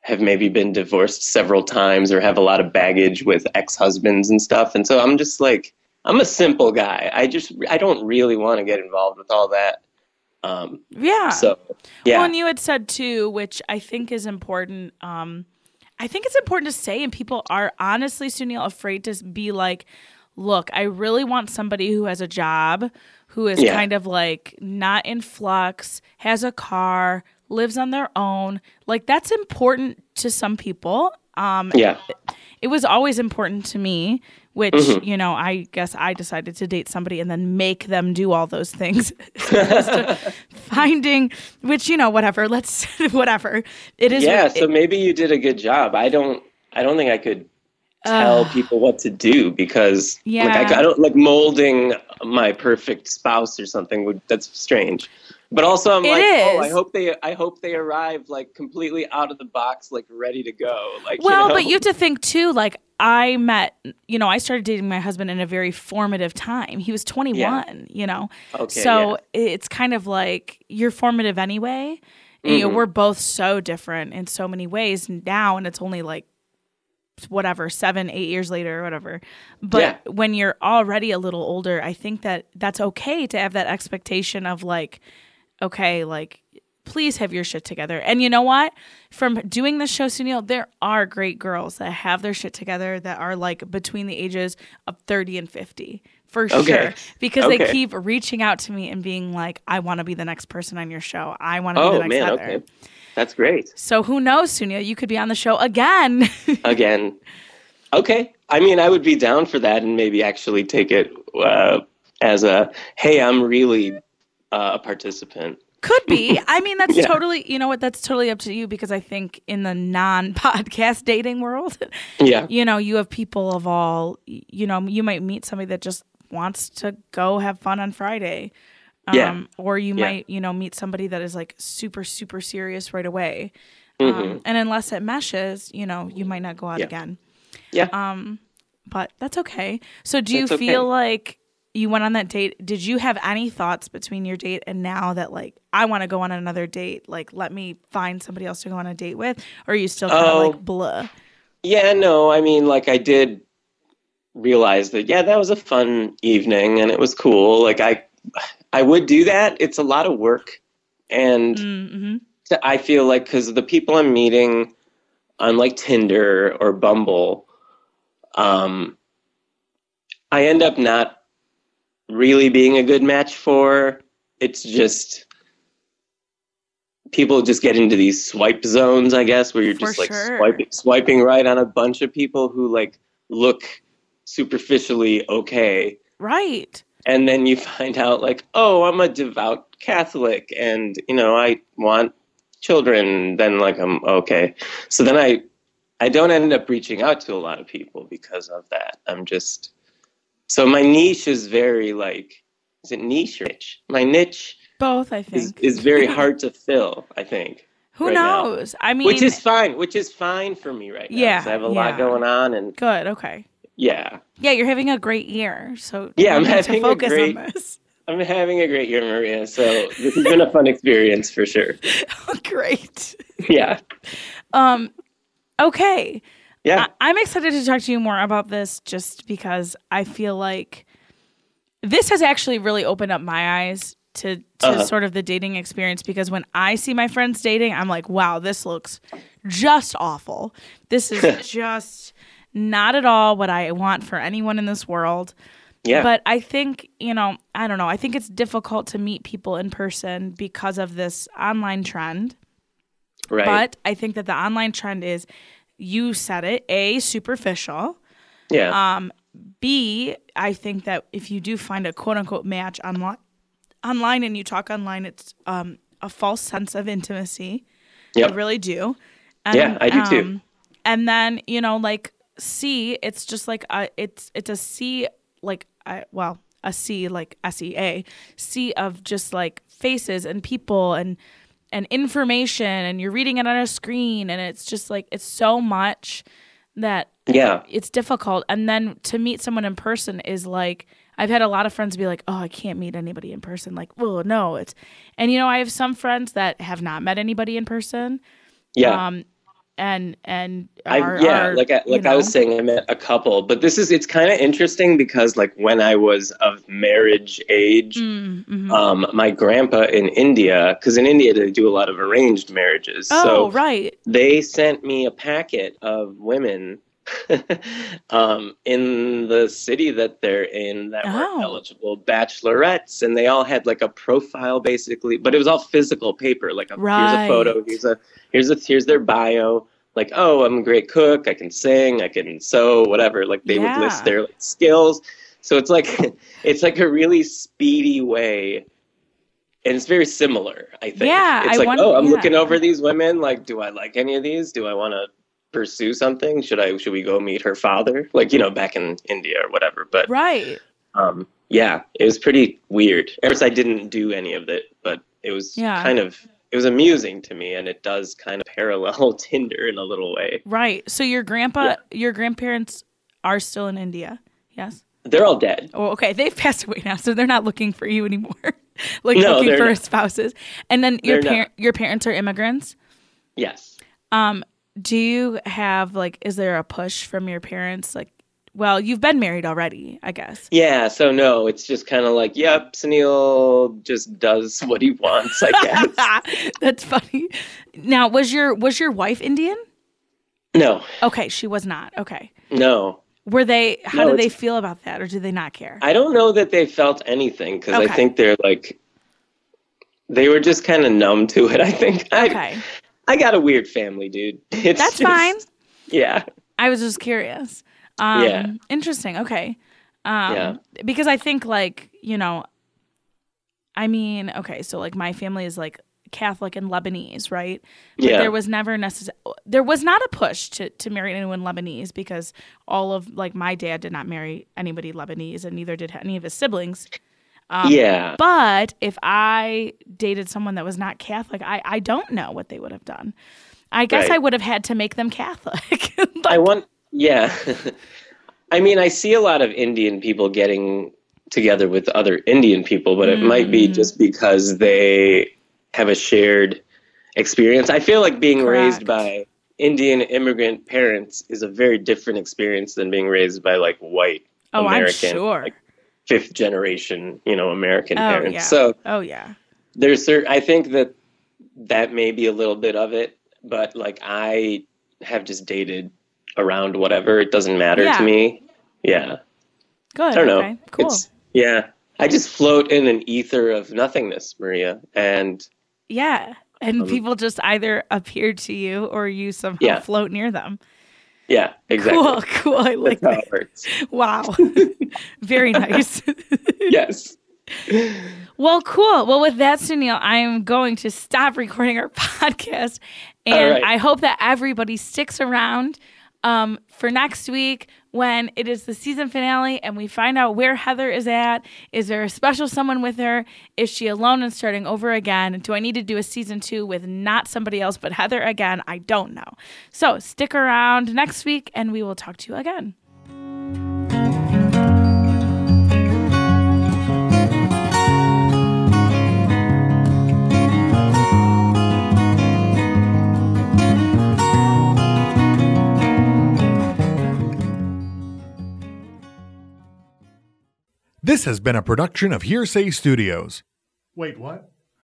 H: have maybe been divorced several times or have a lot of baggage with ex-husbands and stuff. And so I'm just like I'm a simple guy. I just I don't really want to get involved with all that. Um,
A: Yeah.
H: so yeah,
A: Well, and you had said too, which I think is important. Um, I think it's important to say, and people are honestly, Sunil, afraid to be like, look, I really want somebody who has a job, who is
H: Yeah.
A: kind of like not in flux, has a car, lives on their own. Like, that's important to some people. Um,
H: yeah,
A: it was always important to me which
H: Mm-hmm.
A: you know i guess i decided to date somebody and then make them do all those things As opposed to finding which you know whatever let's whatever it is
H: yeah.
A: what-
H: So maybe you did a good job. I don't. I don't think I could tell people what to do because like,
A: Yeah.
H: I, I don't like molding my perfect spouse or something. Would that's strange. But also, I'm
A: It
H: like, oh,
A: is.
H: I hope they, I hope they arrive like completely out of the box, like ready to go. Like,
A: well
H: you know?
A: but you have to think too like i met you know i started dating my husband in a very formative time he was 21 you know
H: Okay,
A: so it's kind of like you're formative anyway you
H: Mm-hmm.
A: know, we're both so different in so many ways now and it's only like whatever seven eight years later or whatever but
H: Yeah.
A: when you're already a little older i think that that's okay to have that expectation of like okay like please have your shit together and you know what from doing this show sunil there are great girls that have their shit together that are like between the ages of 30 and 50 for sure because they
H: Okay.
A: keep reaching out to me and being like i want to be the next person on your show i want to be the
H: oh
A: next
H: man,
A: Heather.
H: okay, that's great.
A: so who knows sunil you could be on the show again
H: Again, okay. I mean, I would be down for that, and maybe actually take it uh, as a, hey, I'm really uh, a participant.
A: Could be. I mean, that's
H: Yeah.
A: totally, you know what? That's totally up to you because I think in the non podcast dating world,
H: Yeah.
A: you know, you have people of all, y- you know, you might meet somebody that just wants to go have fun on Friday. Um,
H: Yeah.
A: Or you
H: Yeah.
A: might, you know, meet somebody that is like super, super serious right away. Um, and unless it meshes, you know, you might not go out
H: Mm-hmm. Yeah.
A: again. Um,
H: Yeah.
A: But that's okay. So do you
H: That's okay.
A: feel like you went on that date? Did you have any thoughts between your date and now that like I want to go on another date? Like let me find somebody else to go on a date with? Or are you still kind of
H: Oh.
A: like blah?
H: Yeah, no, I mean, like, I did realize that, yeah, that was a fun evening and it was cool. Like, I, I would do that. It's a lot of work. And
A: Mm-hmm.
H: t- I feel like, because the people I'm meeting on like Tinder or Bumble, um, I end up not really being a good match for. It's just people just get into these swipe zones, I guess, where you're
A: For
H: just like
A: sure.
H: swiping, swiping right on a bunch of people who like look superficially okay.
A: Right.
H: And then you find out, like, oh, I'm a devout Catholic and, you know, I want children. Then, like, I'm okay. So then I, I don't end up reaching out to a lot of people because of that. I'm just, so my niche is very, like, is it niche or niche? My niche
A: Both, I
H: is,
A: think.
H: is very hard to fill, I think.
A: Who
H: right now.
A: knows? I mean,
H: Which is fine, which is fine for me right now.
A: Yeah,
H: 'cause I have a
A: yeah.
H: lot going on and
A: good. Okay.
H: yeah.
A: Yeah, you're having a great year. So
H: Yeah,
A: you
H: I'm
A: need
H: having a
A: to focus
H: great-
A: on this.
H: I'm having a great year, Maria. So this has been a fun experience for sure.
A: great.
H: Yeah.
A: Um, okay.
H: Yeah.
A: I- I'm excited to talk to you more about this just because I feel like this has actually really opened up my eyes to, to
H: Uh-huh.
A: sort of the dating experience because when I see my friends dating, I'm like, wow, this looks just awful. This is just Not at all what I want for anyone in this world.
H: Yeah.
A: But I think, you know, I don't know. I think it's difficult to meet people in person because of this online trend.
H: right.
A: But I think that the online trend is, you said it, A, superficial.
H: yeah.
A: Um, B, I think that if you do find a quote unquote match online, online and you talk online, it's um, a false sense of intimacy.
H: Yep.
A: I really do. um,
H: Yeah, I do too.
A: And then you know, like C, it's just like a, it's it's a C like I well a C like S E A C of just like faces and people and and information and you're reading it on a screen and it's just like it's so much that
H: yeah.
A: it's difficult. And then to meet someone in person is like I've had a lot of friends be like, "Oh, I can't meet anybody in person." Like, "Well, no, it's." And you know, I have some friends that have not met anybody in person.
H: Yeah.
A: Um and and
H: I,
A: are-
H: yeah,
A: are,
H: like I,
A: you
H: like I was
A: know-
H: saying, I met a couple, but this is it's kind of interesting because like when I was of marriage age,
A: Mm, mhm.
H: um, my grandpa in India, because in India they do a lot of arranged marriages,
A: oh,
H: so
A: right.
H: they sent me a packet of women um, in the city that they're in that
A: Oh.
H: were eligible bachelorettes, and they all had like a profile basically, but it was all physical paper. Like a, here's
A: Right.
H: a photo, here's a here's a here's their bio. Like oh, I'm a great cook. I can sing. I can sew. Whatever. Like they
A: Yeah.
H: would list their like, skills. So it's like it's like a really speedy way and it's very similar i think
A: Yeah,
H: it's
A: I
H: like
A: wonder-
H: oh i'm
A: yeah.
H: looking over these women like do i like any of these do i want to pursue something should i should we go meet her father like you know back in india or whatever but
A: Right.
H: um yeah it was pretty weird of course i didn't do any of it but it was
A: Yeah.
H: kind of it was amusing to me and it does kind of parallel tinder in a little way
A: Right. So your grandpa your grandparents are still in India. Yes.
H: they're all dead
A: Oh, okay. They've passed away now, so they're not looking for you anymore. like
H: No,
A: looking
H: they're
A: for
H: not.
A: spouses. And then your
H: They're not.
A: parent your parents are immigrants?
H: yes
A: Um, do you have like is there a push from your parents like well, you've been married already, I guess.
H: Yeah, so no, it's just kind of like, yep, Sunil just does what he wants, I guess.
A: That's funny. Now, was your was your wife Indian?
H: no,
A: Okay, she was not. Okay.
H: no.
A: Were they how
H: No,
A: do they
H: it's-
A: feel about that or do they not care?
H: I don't know that they felt anything because
A: Okay.
H: I think they're like, they were just kind of numb to it, I think. I,
A: okay.
H: I got a weird family, dude. It's
A: That's
H: just-
A: fine.
H: Yeah.
A: I was just curious. Um,
H: Yeah.
A: Interesting. Okay. Um,
H: Yeah.
A: Because I think, like, you know, I mean, okay, so like my family is like Catholic and Lebanese, right? But
H: Yeah.
A: there was never necessary, there was not a push to, to marry anyone Lebanese because all of, like, my dad did not marry anybody Lebanese and neither did any of his siblings. Um,
H: yeah.
A: But if I dated someone that was not Catholic, I, I don't know what they would have done. I guess
H: Right.
A: I would have had to make them Catholic.
H: I want, yeah. I mean, I see a lot of Indian people getting together with other Indian people, but it might
A: Mm.
H: be just because they have a shared experience. I feel like being raised by
A: Correct.
H: Indian immigrant parents is a very different experience than being raised by like white
A: oh,
H: American,
A: I'm sure.
H: like, fifth generation, you know, American parents.
A: yeah.
H: So
A: oh yeah.
H: there's certain i think that that may be a little bit of it but like i have just dated around whatever it doesn't matter
A: Yeah.
H: to me yeah
A: Good.
H: i don't know
A: okay. Cool.
H: it's yeah i just float in an ether of nothingness maria and
A: yeah. And
H: Um,
A: people just either appear to you or you somehow
H: Yeah.
A: float near them.
H: yeah exactly
A: Cool, cool. I like
H: that's how
A: that.
H: it works
A: Wow. Very nice.
H: yes
A: well, cool. Well, with that, Sunil, I am going to stop recording our podcast. And
H: right.
A: I hope that everybody sticks around um, for next week when it is the season finale and we find out where Heather is at. Is there a special someone with her? Is she alone and starting over again? Do I need to do a season two with not somebody else but Heather again? I don't know. So stick around next week and we will talk to you again.
I: This has been a production of Hearsay Studios. Wait, what?